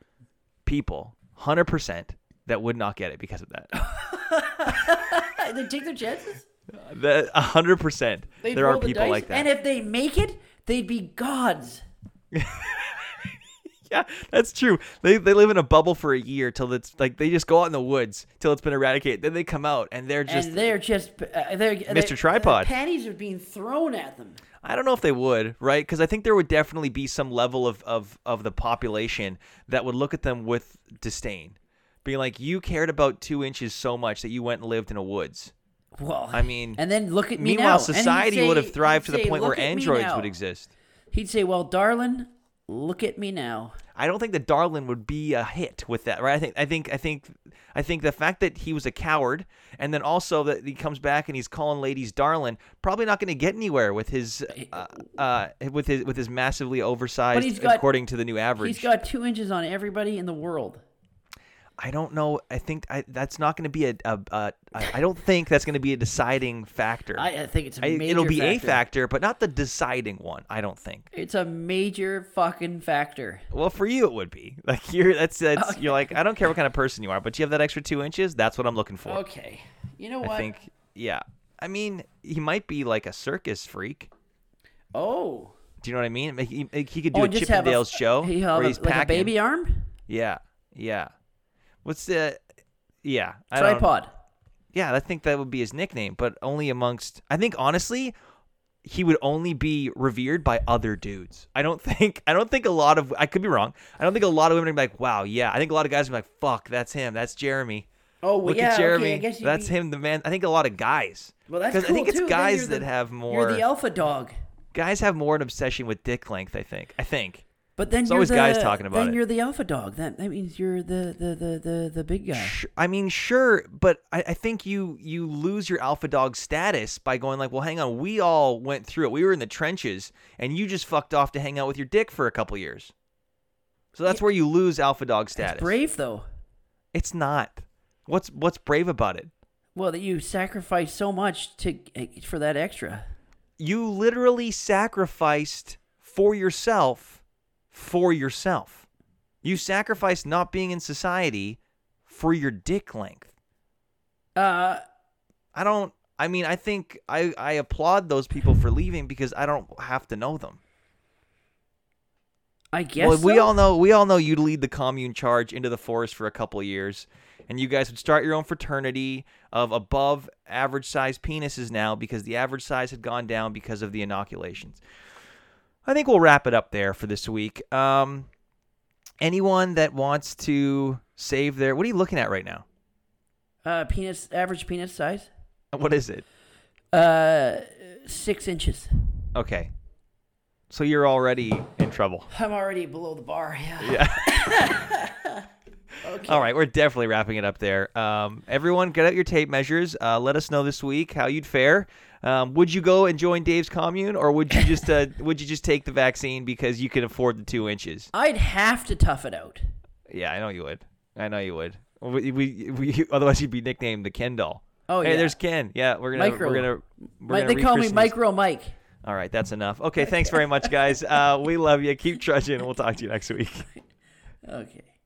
Speaker 1: people 100% that would not get it because of that.
Speaker 2: they take their chances.
Speaker 1: The- 100%.
Speaker 2: They'd
Speaker 1: there are
Speaker 2: roll the
Speaker 1: people
Speaker 2: dice,
Speaker 1: like that.
Speaker 2: and if they make it, they'd be gods.
Speaker 1: yeah, that's true. They, they live in a bubble for a year till it's like they just go out in the woods till it's been eradicated. Then they come out and they're just
Speaker 2: and they're just uh, they're
Speaker 1: Mr. Tripod.
Speaker 2: Panties are being thrown at them.
Speaker 1: I don't know if they would, right? Because I think there would definitely be some level of, of, of the population that would look at them with disdain, being like, "You cared about two inches so much that you went and lived in a woods."
Speaker 2: Well,
Speaker 1: I mean,
Speaker 2: and then look at me
Speaker 1: Meanwhile,
Speaker 2: now. And he'd
Speaker 1: society
Speaker 2: say-
Speaker 1: would have thrived to
Speaker 2: he'd
Speaker 1: the
Speaker 2: say,
Speaker 1: point where
Speaker 2: "Look at me
Speaker 1: androids
Speaker 2: now."
Speaker 1: would exist.
Speaker 2: He'd say, "Well, darling, look at me now."
Speaker 1: I don't think that Darwin would be a hit with that, right? I think, I think, I think, I think the fact that he was a coward, and then also that he comes back and he's calling ladies Darlin, probably not going to get anywhere with his, uh, uh, with his, with his massively oversized,
Speaker 2: But he's got-
Speaker 1: according to the new average.
Speaker 2: He's got two inches on everybody in the world.
Speaker 1: I don't know. I think I, that's not going to be a, a, a, I I don't think that's going to be a deciding factor.
Speaker 2: I, I think it's a
Speaker 1: I-
Speaker 2: major.
Speaker 1: it'll be a
Speaker 2: factor.
Speaker 1: factor, but not the deciding one. I don't think.
Speaker 2: It's a major fucking factor.
Speaker 1: Well, for you it would be like you're that's that's you're like I don't care what kind of person you are, but you have that extra two inches. That's what I'm looking for.
Speaker 2: Okay, you know what?
Speaker 1: I think yeah. I mean, he might be like a circus freak.
Speaker 2: oh,
Speaker 1: Do you know what I mean? Like, He, like, he could do
Speaker 2: oh,
Speaker 1: a
Speaker 2: just have
Speaker 1: Chippendales show
Speaker 2: He
Speaker 1: where
Speaker 2: have a,
Speaker 1: he's
Speaker 2: like a
Speaker 1: packing.
Speaker 2: baby arm
Speaker 1: Yeah, yeah. What's the yeah I don't-
Speaker 2: tripod.
Speaker 1: Yeah, I think that would be his nickname, but only amongst. I think honestly, he would only be revered by other dudes. I don't think. I don't think a lot of. I could be wrong. I don't think a lot of women are gonna be like, "Wow, yeah." I think a lot of guys are gonna be like, "Fuck, that's him. That's Jeremy."
Speaker 2: Oh, well,
Speaker 1: Look
Speaker 2: yeah,
Speaker 1: at Jeremy.
Speaker 2: Okay, I guess you'd
Speaker 1: that's
Speaker 2: be,
Speaker 1: him, the man. I think a lot of guys.
Speaker 2: Well, that's
Speaker 1: 'Cause I
Speaker 2: cool,
Speaker 1: think it's
Speaker 2: too. Then
Speaker 1: guys
Speaker 2: you're the-
Speaker 1: that have
Speaker 2: You're
Speaker 1: more.
Speaker 2: the alpha dog.
Speaker 1: guys have more an obsession with dick length. I think. I think.
Speaker 2: But then
Speaker 1: It's
Speaker 2: you're
Speaker 1: always
Speaker 2: the,
Speaker 1: guys talking about
Speaker 2: then
Speaker 1: it.
Speaker 2: you're the alpha dog. That that means you're the the the the, the big guy.
Speaker 1: Sh- I mean, sure, but I, I think you you lose your alpha dog status by going like, well, hang on, we all went through it. We were in the trenches, and you just fucked off to hang out with your dick for a couple years. So that's where you lose alpha dog status.
Speaker 2: That's brave though.
Speaker 1: It's not. What's what's brave about it?
Speaker 2: Well, that you sacrifice so much to eh, for that extra.
Speaker 1: You literally sacrificed for yourself, for yourself. You sacrificed not being in society for your dick length.
Speaker 2: Uh,
Speaker 1: I don't. I mean, I think I I applaud those people for leaving because I don't have to know them.
Speaker 2: I guess.
Speaker 1: well, we
Speaker 2: so.
Speaker 1: all know we all know you'd lead the commune charge into the forest for a couple years, and you guys would start your own fraternity of above average size penises now because the average size had gone down because of the inoculations. I think we'll wrap it up there for this week. Um, anyone that wants to save their what are you looking at right now?
Speaker 2: uh, penis average penis size
Speaker 1: What is it?
Speaker 2: uh six inches.
Speaker 1: Okay, so you're already in trouble.
Speaker 2: I'm already below the bar. Yeah.
Speaker 1: All right, we're definitely wrapping it up there. Um, everyone, get out your tape measures. Uh, let us know this week how you'd fare. Um, would you go and join Dave's commune, or would you just uh, would you just take the vaccine because you can afford the two inches?
Speaker 2: I'd have to tough it out.
Speaker 1: Yeah, I know you would. I know you would. We, we, we otherwise you'd be nicknamed the Ken doll.
Speaker 2: Oh,
Speaker 1: hey,
Speaker 2: yeah.
Speaker 1: there's Ken. Yeah, we're gonna
Speaker 2: Micro.
Speaker 1: we're gonna we're
Speaker 2: Mi-
Speaker 1: gonna
Speaker 2: they call
Speaker 1: rechristen
Speaker 2: me
Speaker 1: this-
Speaker 2: Micro Mike.
Speaker 1: All right, that's enough. Okay, thanks very much, guys. Uh, we love you. Keep trudging. We'll talk to you next week.
Speaker 2: Okay.